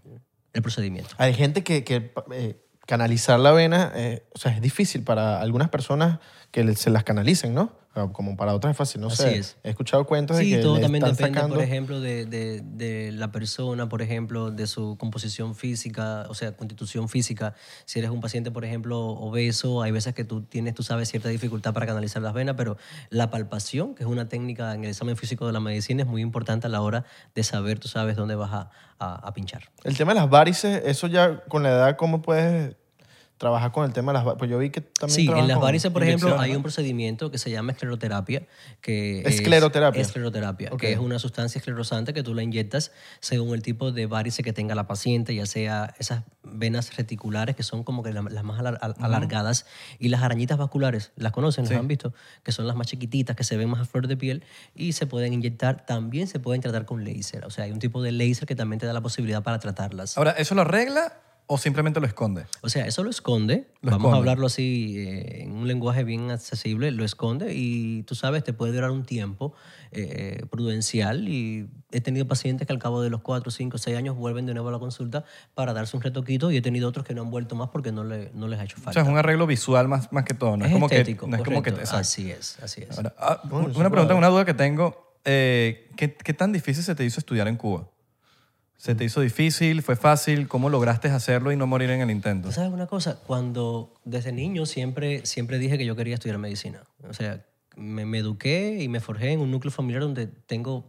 B: el procedimiento.
A: Hay gente que, que, eh, canalizar la vena, eh, o sea, es difícil para algunas personas que le- se las canalicen, ¿no? O Como para otras es fácil, no
B: Así
A: sé.
B: es.
A: He escuchado cuentos
B: Sí,
A: de que
B: todo
A: le
B: también
A: están
B: depende,
A: sacando.
B: por ejemplo, de, de- de la persona, por ejemplo, de su composición física, o sea, constitución física. Si eres un paciente, por ejemplo, obeso, hay veces que tú tienes, tú sabes, cierta dificultad para canalizar las venas, pero la palpación, que es una técnica en el examen físico de la medicina, es muy importante a la hora de saber, tú sabes, dónde vas a, a- a pinchar.
A: El tema de las varices, eso ya con la edad, ¿cómo puedes trabajar con el tema de las varices? Pues yo vi que también.
B: Sí,
A: trabajan
B: en las
A: con
B: varices, por ejemplo,
A: inyecciones,
B: hay
A: ¿no?
B: un procedimiento que se llama escleroterapia. Que
A: Escleroterapia.
B: Es, escleroterapia,
A: Ok.
B: que es una sustancia esclerosante que tú la inyectas según el tipo de varice que tenga la paciente, ya sea esas venas reticulares que son como que la- las más alar- al- alargadas y las arañitas vasculares, ¿las conocen? ¿Las han visto? Que son las más chiquititas, que se ven más a flor de piel y se pueden inyectar. También se pueden tratar con láser. O sea, hay un tipo de láser que también te da la posibilidad para tratarlas.
C: Ahora, ¿eso lo arregla o simplemente lo esconde?
B: O sea, eso lo esconde.
C: Lo
B: Vamos
C: esconde.
B: a hablarlo así eh, en un lenguaje bien accesible. Lo esconde y tú sabes, te puede durar un tiempo eh, prudencial. Y he tenido pacientes que al cabo de los 4, 5, 6 años vuelven de nuevo a la consulta para darse un retoquito y he tenido otros que no han vuelto más porque no, le- no les ha hecho
C: O sea,
B: falta.
C: es un arreglo visual más, más que todo. No es,
B: es
C: como
B: estético,
C: que. No es como que
B: correcto.
C: exacto.
B: Así es, así es.
C: Ahora, ah, un- una pregunta, una duda que tengo. eh, ¿qué, qué tan difícil se te hizo estudiar en Cuba? ¿Se
B: Mm.
C: te hizo difícil? ¿Fue fácil? ¿Cómo lograste hacerlo y no morir en el intento?
B: ¿Tú sabes una cosa? Cuando desde niño siempre, siempre dije que yo quería estudiar medicina. O sea, me, me eduqué y me forjé en un núcleo familiar donde tengo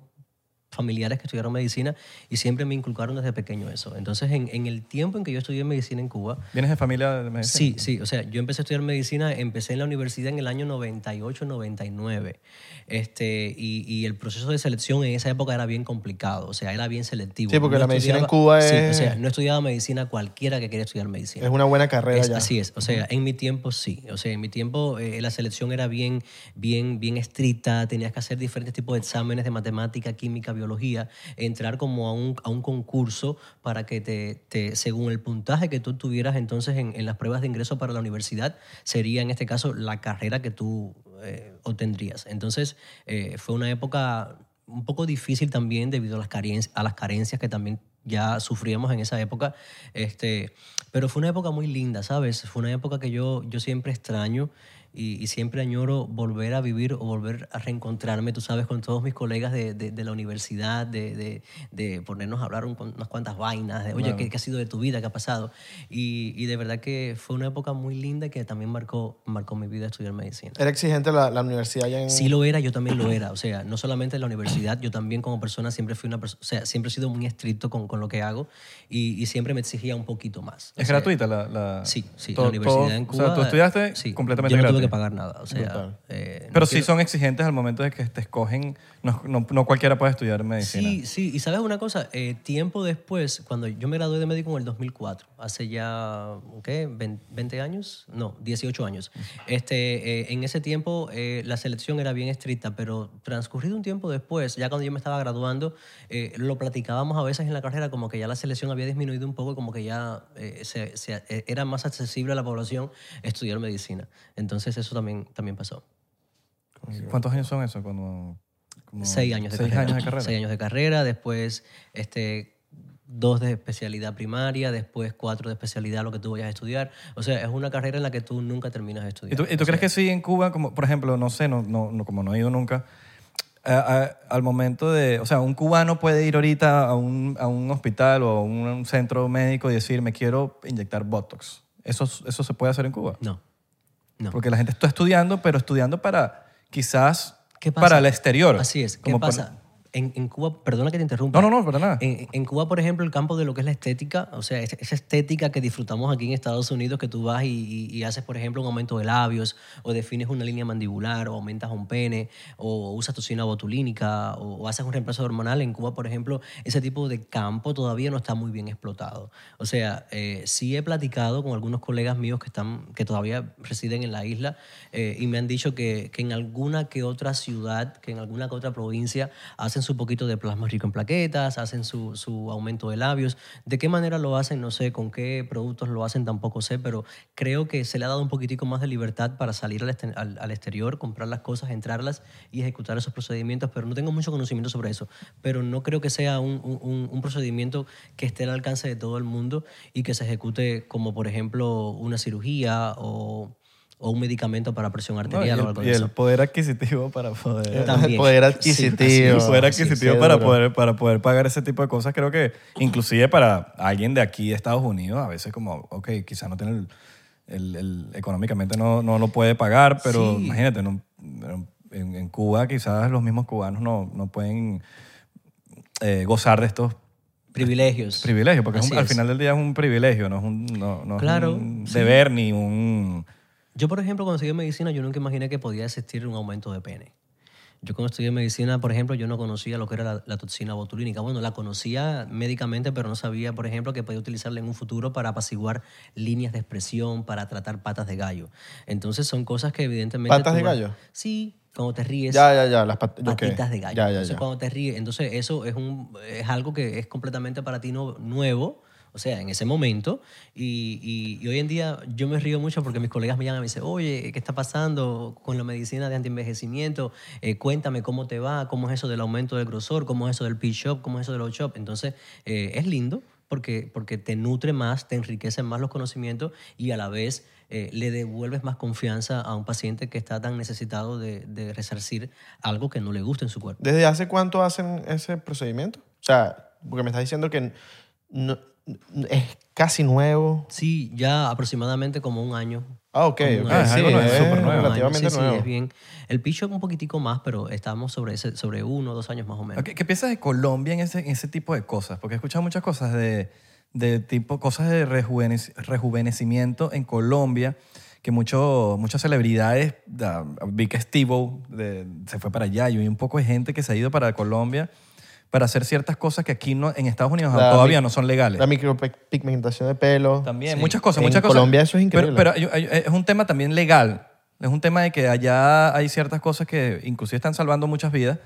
B: familiares que estudiaron medicina y siempre me inculcaron desde pequeño eso. Entonces, en, en el tiempo en que yo estudié medicina en Cuba,
C: ¿Vienes de familia de
B: Sí,
C: medicina?
B: sí, o sea, yo empecé a estudiar medicina, empecé en la universidad en el año 98, 99, este, y, y el proceso de selección en esa época era bien complicado, o sea, era bien selectivo.
A: Sí, porque la medicina en
B: estudiaba-
A: Cuba
B: sí,
A: es-
B: o sea, no estudiaba medicina cualquiera que quería estudiar medicina.
A: Es una buena carrera
B: Es-
A: ya.
B: Así es. O sea, en mi tiempo sí. O sea, en mi tiempo eh, la selección era bien, bien, bien estricta. Tenías que hacer diferentes tipos de exámenes de matemática, química, biología. Entrar como a un, a un concurso para que te, te- según el puntaje que tú tuvieras entonces en, en las pruebas de ingreso para la universidad, sería en este caso la carrera que tú eh, obtendrías. Entonces, eh, fue una época un poco difícil también debido a las, caren- a las carencias que también ya sufríamos en esa época. Este, pero fue una época muy linda, ¿sabes? Fue una época que yo, yo siempre extraño y, y siempre añoro volver a vivir o volver a reencontrarme, tú sabes, con todos mis colegas de, de- de la universidad, de, de- de ponernos a hablar un- unas cuantas vainas, de, oye, ¿qué, qué ha sido de tu vida? ¿Qué ha pasado? Y, y de verdad que fue una época muy linda que también marcó, marcó mi vida estudiar medicina.
A: Era exigente la, la universidad ya en.
B: Sí lo era, yo también lo era. O sea, no solamente en la universidad, yo también como persona siempre fui una persona, o sea, siempre he sido muy estricto con, con lo que hago y, y siempre me exigía un poquito más. O
C: ¿Es
B: sea,
C: gratuita la, la-
B: Sí, sí,
C: todo-
B: la universidad
C: todo-
B: en
C: O
B: Cuba.
C: sea, tú estudiaste
B: sí,
C: completamente
B: Yo no
C: gratis.
B: tuve que pagar nada, o sea...
A: Brutal.
B: eh, no
C: Pero sí
B: quiero-
C: son exigentes al momento de que te escogen. No, no- no cualquiera puede estudiar medicina.
B: Sí, sí, y sabes una cosa, Eh, tiempo después, cuando yo me gradué de médico en el 2004, hace ya, ¿qué? ¿20 20 años? No, 18 años. Este, eh, en ese tiempo eh, la selección era bien estricta, pero transcurrido un tiempo después, ya cuando yo me estaba graduando, eh, lo platicábamos a veces en la carrera, como que ya la selección había disminuido un poco, como que ya eh, se- se- eh, era más accesible a la población estudiar medicina. Entonces eso también, también pasó.
C: ¿Cuántos años son eso? Como, como
B: Seis años de
C: seis
B: carrera.
C: años de carrera.
B: Seis años de carrera, después este, dos de especialidad primaria, después cuatro de especialidad, lo que tú vayas a estudiar. O sea, es una carrera en la que tú nunca terminas de
C: ¿Y
B: estudiar.
C: tú, y tú crees que sí en Cuba, como, por ejemplo, no sé, no, no, no- como no he ido nunca, a- a- al momento de, o sea, un cubano puede ir ahorita a un, a un hospital o a un, un centro médico y decir, me quiero inyectar Botox. ¿Eso, eso se puede hacer en Cuba?
B: No. No.
C: Porque la gente está estudiando, pero estudiando para quizás
B: ¿Qué pasa?
C: para el exterior.
B: Así es. ¿Qué
C: Como por-
B: pasa? En, en Cuba, perdona que te interrumpa.
C: No, no, no, para nada.
B: En, en Cuba, por ejemplo, el campo de lo que es la estética, o sea, es- esa estética que disfrutamos aquí en Estados Unidos, que tú vas y, y- y haces, por ejemplo, un aumento de labios, o defines una línea mandibular, o aumentas un pene, o usas toxina botulínica, o, o haces un reemplazo hormonal. En Cuba, por ejemplo, ese tipo de campo todavía no está muy bien explotado. O sea, eh, sí he platicado con algunos colegas míos que, están, que todavía residen en la isla eh, y me han dicho que, que en alguna que otra ciudad, que en alguna que otra provincia hacen hacen su poquito de plasma rico en plaquetas, hacen su, su aumento de labios. ¿De qué manera lo hacen? No sé, con qué productos lo hacen, tampoco sé, pero creo que se le ha dado un poquitico más de libertad para salir al, este- al- al exterior, comprar las cosas, entrarlas y ejecutar esos procedimientos, pero no tengo mucho conocimiento sobre eso. Pero no creo que sea un, un- un- un procedimiento que esté al alcance de todo el mundo y que se ejecute como, por ejemplo, una cirugía o, o un medicamento para presión
C: No, y,
B: arterial o algo
C: el, y
B: de
C: el
B: eso.
C: poder adquisitivo para poder...
B: También.
C: *laughs*
A: El poder
C: Sí,
A: adquisitivo.
C: el poder
A: Sí,
C: adquisitivo
A: sí,
C: para,
A: duro.
C: poder, para poder pagar ese tipo de cosas. Creo que inclusive para alguien de aquí de Estados Unidos, a veces como, ok, quizás no tiene el... el- el- económicamente no, no lo puede pagar, pero
B: Sí.
C: imagínate, en, un- en- en Cuba quizás los mismos cubanos no, no pueden eh, gozar de estos
B: Privilegios.
C: privilegios, porque es un-
B: Así
C: al
B: es.
C: final del día es un privilegio, no es un, no- no es
B: Claro,
C: un
B: sí.
C: deber ni un...
B: Yo, por ejemplo, cuando estudié medicina, yo nunca imaginé que podía existir un aumento de pene. Yo cuando estudié medicina, por ejemplo, yo no conocía lo que era la, la toxina botulínica. Bueno, la conocía médicamente, pero no sabía, por ejemplo, que podía utilizarla en un futuro para apaciguar líneas de expresión, para tratar patas de gallo. Entonces son cosas que evidentemente...
A: ¿Patas
B: tú
A: de
B: vas-
A: gallo?
B: Sí, cuando te ríes
A: Ya, ya, ya. Las pat- ok.
B: patitas de gallo.
A: Ya, ya,
B: entonces,
A: ya.
B: cuando te ríes, entonces eso es, un, es algo que es completamente para ti no- nuevo, o sea, en ese momento. Y, y- y hoy en día yo me río mucho porque mis colegas me llaman y me dicen, oye, ¿qué está pasando con la medicina de antienvejecimiento? Eh, cuéntame cómo te va, cómo es eso del aumento del grosor, cómo es eso del P-Shop, cómo es eso del O-Shop. Entonces, eh, es lindo porque, porque te nutre más, te enriquecen más los conocimientos y a la vez eh, le devuelves más confianza a un paciente que está tan necesitado de, de resarcir algo que no le gusta en su cuerpo.
A: ¿Desde hace cuánto hacen ese procedimiento? O sea, porque me estás diciendo que no- no- es casi nuevo.
B: Sí, ya aproximadamente como un año.
A: Ah, ok. ok,
B: Como un año.
C: es
A: sí,
C: algo nuevo,
A: es
C: súper nuevo.
A: relativamente
B: Sí, sí,
A: nuevo.
B: es bien. El picho un poquitico más, pero estamos sobre, ese, sobre uno o dos años más o menos.
C: Ok, ¿Qué piensas de Colombia en ese, en ese tipo de cosas? Porque he escuchado muchas cosas de, de tipo, cosas de rejuvene- rejuvenecimiento en Colombia, que mucho, muchas celebridades, da- vi que Steve-O de- se fue para allá y hay un poco de gente que se ha ido para Colombia para hacer ciertas cosas que aquí no, en Estados Unidos
A: La
C: todavía
A: mi-
C: no son legales.
A: La micropigmentación de pelo.
C: También, muchas cosas,
A: En
C: muchas cosas.
A: Colombia eso es increíble.
C: Pero, pero hay- hay- es un tema también legal. Es un tema de que allá hay ciertas cosas que inclusive están salvando muchas vidas,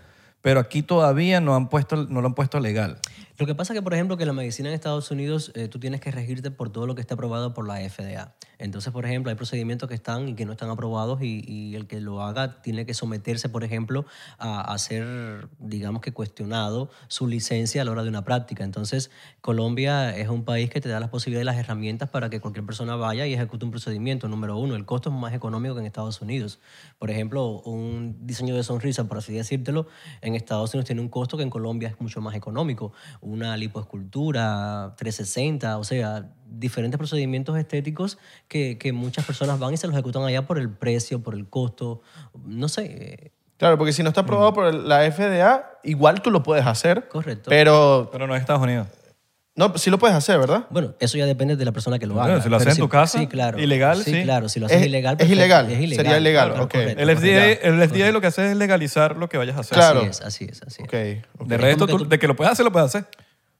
C: pero aquí todavía no, han puesto, no lo han puesto legal.
B: Lo que pasa que, por ejemplo, que la medicina en Estados Unidos, eh, tú tienes que regirte por todo lo que está aprobado por la FDA. Entonces, por ejemplo, hay procedimientos que están y que no están aprobados y, y el que lo haga tiene que someterse, por ejemplo, a, a ser, digamos que cuestionado su licencia a la hora de una práctica. Entonces, Colombia es un país que te da las posibilidades y las herramientas para que cualquier persona vaya y ejecute un procedimiento. Número uno, el costo es más económico que en Estados Unidos. Por ejemplo, un diseño de sonrisa, por así decírtelo, en Estados Unidos tiene un costo que en Colombia es mucho más económico. Una lipoescultura, 360, o sea, diferentes procedimientos estéticos que, que muchas personas van y se los ejecutan allá por el precio, por el costo, no sé, eh,
A: Claro, porque si no está aprobado por la FDA, igual tú lo puedes hacer.
B: Mm. correcto.
A: Pero,
C: Pero no en Estados Unidos.
A: no, sí lo puedes hacer, ¿verdad?
B: Bueno, eso ya depende de la persona que lo
C: Bueno,
B: haga.
C: si lo haces
B: Pero
C: en tu casa,
B: Sí, claro.
C: ilegal, sí.
B: claro. Si lo haces
A: Es-
B: ilegal,
A: es
B: perfecto,
A: ilegal, sería ilegal, ok.
C: El FDA, el FDA lo que hace es legalizar lo que vayas a hacer.
A: Claro.
B: Así es, así es, así es.
A: Ok. ok.
C: De
B: Es
C: resto,
B: como que
C: tú-
B: tú-
C: de que lo puedas hacer, lo puedes hacer.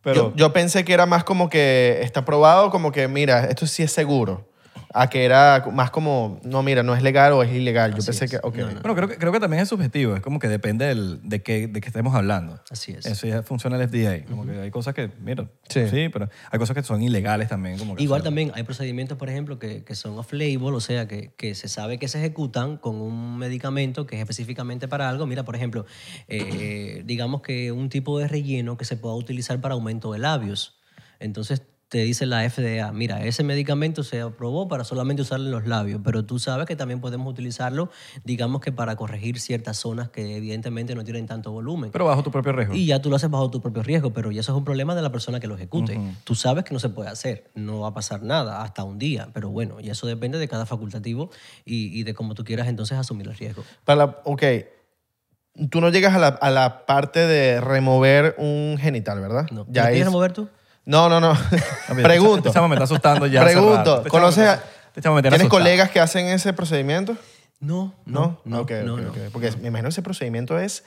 C: Pero
A: yo, yo pensé que era más como que está aprobado, como que mira, esto sí es seguro. A que era más como, no, mira, no es legal o es ilegal. Yo pensé
B: es.
A: que, ok.
B: No, no.
C: bueno, creo que, creo que también es subjetivo. Es como que depende del- de, qué, de qué estemos hablando.
B: Así es.
C: Eso ya funciona el FDA. Como que hay cosas que, mira, sí.
A: Sí.
C: pero hay cosas que son ilegales también. Como que
B: Igual
C: o sea,
B: también hay procedimientos, por ejemplo, que, que son off-label, o sea, que, que se sabe que se ejecutan con un medicamento que es específicamente para algo. Mira, por ejemplo, eh, *clears throat* eh, digamos que un tipo de relleno que se pueda utilizar para aumento de labios. Entonces te dice la FDA, mira, ese medicamento se aprobó para solamente usarlo en los labios, pero tú sabes que también podemos utilizarlo, digamos que para corregir ciertas zonas que evidentemente no tienen tanto volumen.
C: Pero bajo tu propio riesgo.
B: Y ya tú lo haces bajo tu propio riesgo, pero ya eso es un problema de la persona que lo ejecute. Tú sabes que no se puede hacer, no va a pasar nada hasta un día, pero bueno, y eso depende de cada facultativo y, y de cómo tú quieras entonces asumir el riesgo.
A: Para la- ok. Tú no llegas a la, a la parte de remover un genital, ¿verdad?
B: No. ¿Lo
A: Ya
B: quieres
A: es-
B: remover tú?
A: No, no, *laughs* no.
C: Ah, mira, Este
A: Pregunto.
C: chamo me está asustando ya. hace
A: Pregunto,
C: rato. Este chamo
A: ¿conoces
C: me
A: a-
C: está- este chamo me tiene
A: ¿Tienes
C: asustado.
A: colegas que hacen ese procedimiento?
B: No,
A: No,
B: no, no,
A: Ok,
B: no,
A: ok,
B: no.
A: ok. Porque me imagino ese procedimiento es.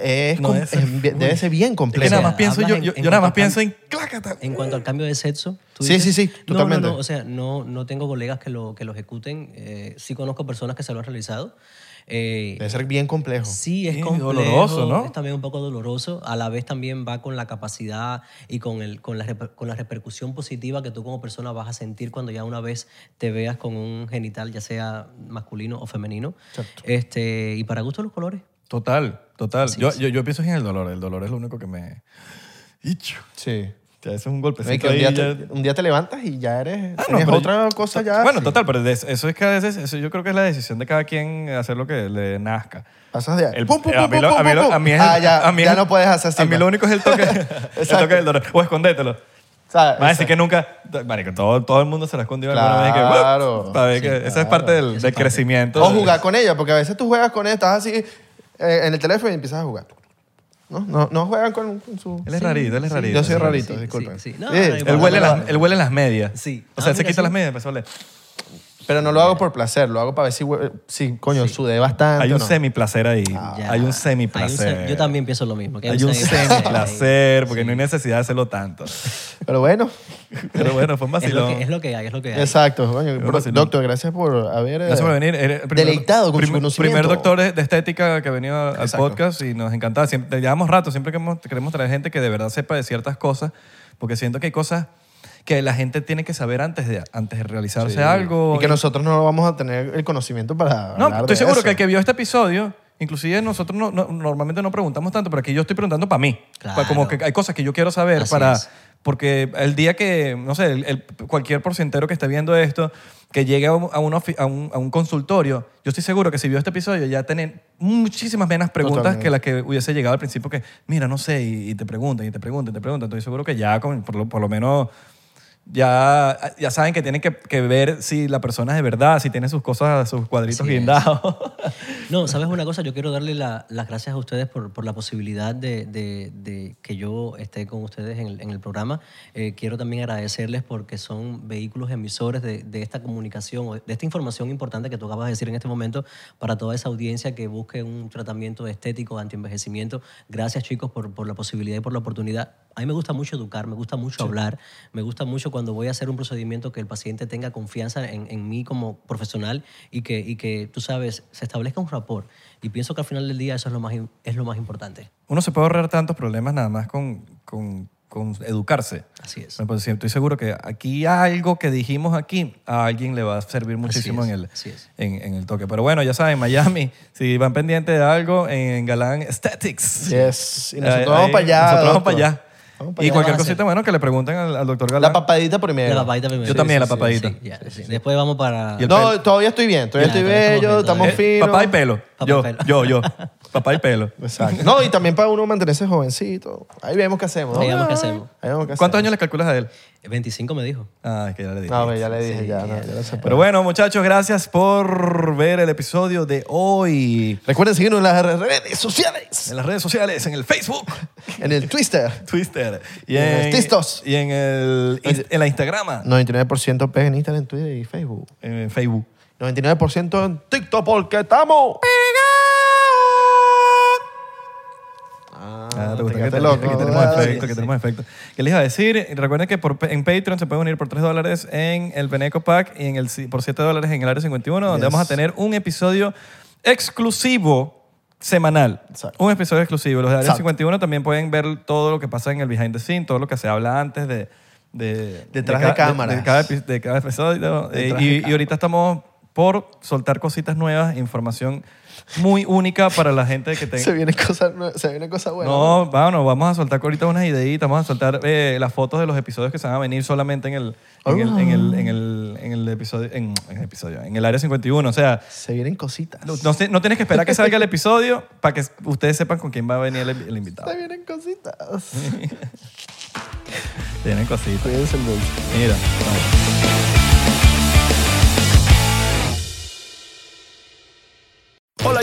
A: es
C: No,
A: com-
C: debe ser
A: es bien- debe ser bien
C: Es que
A: complejo.
C: nada
B: O
C: más
B: sea,
C: pienso yo,
B: hablas en-
C: yo,
B: en
C: yo nada
B: cuanto
C: más
B: al
C: pienso en clácata.
B: En cuanto al cambio de sexo, ¿tú
A: Sí,
B: dices?
A: sí, sí,
B: No,
A: totalmente.
B: No, no, o sea, no, no tengo colegas que lo, que lo ejecuten. eh, sí conozco personas que se lo han realizado. Eh,
A: Debe ser bien complejo.
B: Sí, es
C: Sí,
B: complejo,
C: doloroso, ¿no?
B: Es también un poco doloroso. A la vez también va con la capacidad y con, el, con, la reper- con la repercusión positiva que tú como persona vas a sentir cuando ya una vez te veas con un genital, ya sea masculino o femenino. Este, y para gusto los colores.
C: Total, total. Yo, yo, yo pienso en el dolor. El dolor es lo único que me... Ichu.
A: Sí.
C: O sea, eso es un
A: Es
C: golpecito
A: que Pues un,
C: ahí
A: día
C: ya-
A: te, un día te levantas y ya eres.
C: Ah, no,
A: tienes
C: pero
A: otra
C: yo-
A: cosa ya.
C: Bueno,
A: sí.
C: total, pero de- eso es que a veces, eso yo creo que es la decisión de cada quien hacer lo que le nazca.
A: Pasas de ahí.
C: El- eh,
A: pum, pum,
C: a
A: pum,
C: mí lo-
A: pum,
C: a mí
A: pum,
C: lo-
A: pum.
C: a mí es-
A: Ah, ya,
C: *laughs* a mí
A: ya
C: es-
A: no puedes hacer así.
C: A mí
A: pues.
C: lo único es
A: *laughs*
C: el toque, el toque del dolor. O escondételo.
A: O sea,
C: Va a
A: exacto.
C: decir que nunca. Marico, todo, todo el mundo se la ha escondido alguna vez. y Que,
A: Claro.
C: "Ups", para ver que Esa es parte del, del crecimiento.
A: O jugar con ella, porque a veces tú juegas con ella, estás así eh, en el teléfono y empiezas a jugar. No, no, no juegan con, con su.
C: Él es rarito, él es rarito.
A: Yo soy
C: Sí,
A: rarito,
B: sí,
A: disculpen.
B: sí, sí. No,
A: Sí,
B: no,
C: Él
B: igual.
C: huele, las, él huele las medias.
B: Sí.
C: O sea,
B: Ah,
C: él se
B: mira,
C: quita
B: sí.
C: las medias pues, y empezó a oler.
A: Pero no lo hago por placer, lo hago para ver si, hue- si coño, sudé bastante.
C: Hay
A: o
C: un
A: no.
C: semiplacer ahí.
B: Ya.
C: Ah, Hay un
B: Hay un
C: semiplacer.
B: se- Yo también pienso lo mismo. que
C: Hay un
B: semiplacer.
C: semiplacer, porque no hay necesidad de
B: *laughs*
C: hacerlo tanto.
A: Pero bueno,
C: Pero bueno, fue un
B: Es lo,
C: vacilón.
B: que, es lo que hay, es lo que hay.
A: exacto. coño,
C: un
A: bro-
C: vacilón.
A: doctor, gracias por haber. eh,
C: Gracias por venir. Eres el primer-
A: Deleitado con su
C: primer-
A: conocimiento.
C: Primer doctor de de estética que ha venido al
A: Exacto.
C: podcast y nos encantaba. Siempre, llevamos rato, siempre queremos, queremos traer gente que de verdad sepa de ciertas cosas, porque siento que hay cosas que la gente tiene que saber antes de, antes de realizarse algo.
A: Y que nosotros no vamos a tener el conocimiento para.
C: No,
A: hablar
C: estoy
A: de
C: seguro
A: eso.
C: que el que vio este episodio, inclusive nosotros no- no- normalmente no preguntamos tanto, pero aquí yo estoy preguntando para mí.
B: Claro.
C: Pa- Como que hay cosas que yo quiero saber
B: Así
C: para...
B: es.
C: Porque el día que, no sé, el- el- cualquier porcentero que esté viendo esto, que llegue a un, a, una ofi- a un, a un consultorio, yo estoy seguro que si vio este episodio ya tienen muchísimas menos preguntas
A: Totalmente.
C: que las que hubiese llegado al principio que, mira, no sé, y, y te preguntan, y te preguntan, y te preguntan. Estoy seguro que ya, con, por, lo, por lo menos, ya, ya saben que tienen que, que ver si la persona es de verdad, si tiene sus cosas, sus cuadritos
B: Así es.
C: guindados.
B: *laughs* No, ¿sabes una cosa? Yo quiero darle la- las gracias a ustedes por, por la posibilidad de, de- de que yo esté con ustedes en el, en el programa. Eh, quiero también agradecerles porque son vehículos emisores de, de esta comunicación, o de esta información importante que tú acabas de decir en este momento para toda esa audiencia que busque un tratamiento estético, antienvejecimiento. Gracias, chicos, por, por la posibilidad y por la oportunidad. A mí me gusta mucho educar, me gusta mucho hablar, me gusta mucho cuando voy a hacer un procedimiento que el paciente tenga confianza en, en mí como profesional y que, y que, tú sabes, se establezca un rapport. Y pienso que al final del día eso es lo más, im- es lo más importante.
C: Uno se puede ahorrar tantos problemas nada más con, con- con educarse.
B: Así es.
C: Bueno, pues sí, estoy seguro que aquí algo que dijimos aquí a alguien le va a servir muchísimo
B: es,
C: en, el,
B: así es.
C: en, en el toque. Pero bueno, ya saben, Miami, si van pendientes de algo, en Galán Aesthetics.
A: Yes. Y nosotros
C: Ahí-
A: vamos
C: ahí,
A: para allá.
C: Nosotros vamos
A: doctor.
C: para allá.
A: Vamos para
C: Y
A: allá.
C: cualquier
B: Vamos a hacer.
C: cosita, bueno, que le pregunten al, al doctor Galán.
A: La papadita primero.
B: La papadita primero.
C: Yo también, la papadita.
B: sí, ya, sí. Después vamos para...
C: Y el
A: No,
C: pelo.
A: todavía estoy bien, todavía
B: Ya,
A: estoy
B: todavía
A: bello,
B: estamos bien,
A: estamos
C: Eh,
A: finos.
C: papá y pelo.
B: Papá
C: yo,
B: y pelo.
C: yo, yo. Papá y pelo.
A: *laughs* Exacto. No, y también para uno mantenerse jovencito. Ahí vemos qué hacemos. ¿no?
B: Ahí vemos qué hacemos.
A: Ahí vemos qué hacemos.
C: ¿Cuántos años le calculas a él?
B: 25 me dijo.
C: Ah, es que ya le dije.
A: No, ve, ya le dije, ya, no, ya no se puede.
C: Pero bueno, muchachos, gracias por ver el episodio de hoy.
A: Recuerden seguirnos en las redes sociales,
C: En las redes sociales, en el Facebook, *laughs*
A: en el Twitter.
C: Twitter y
A: En
C: en,
A: los Tistos.
C: y en, el, inst- en la Instagrama,
A: 99% pega en Instagram, en Twitter y Facebook.
C: en Facebook.
A: 99% en TikTok porque estamos. Ah,
C: Ah, te
A: te
C: gusta que,
A: quedaste
C: te-
A: loco. Ah,
C: que tenemos
A: ¿verdad?
C: efecto, que tenemos efecto. ¿Qué les iba a decir? Recuerden que por, en Patreon se pueden unir por 3 dólares en el Beneco Pack y en el, si- por 7 dólares en el Área 51, donde
A: Yes.
C: vamos a tener un episodio exclusivo semanal.
A: Exacto.
C: Un episodio exclusivo. Los de Área
A: Exacto.
C: 51 también pueden ver todo lo que pasa en el behind the scene, todo lo que se habla antes de... de
A: Detrás de
C: ca-
A: cámaras.
C: De, cada, epi- de cada episodio. Eh,
A: Detrás de
C: y, y
A: cámaras.
C: ahorita estamos por soltar cositas nuevas, información muy única para la gente que
A: *laughs*
C: tenga...
A: Se vienen cosas nue- se vienen cosas buenas.
C: No, bueno, vamos a soltar ahorita unas ideitas, vamos a soltar eh, las fotos de los episodios que se van a venir solamente en el, en el, en el, en el- en el episodio, en, en el episodio, en el área 51. O sea,
A: Se vienen cositas.
C: no, no se- no tienes que esperar que salga el episodio para que ustedes sepan con quién va a venir el, el invitado.
A: Se vienen cositas.
C: Tienen cositas.
A: Cuídense mucho.
C: Mira.
D: Hola,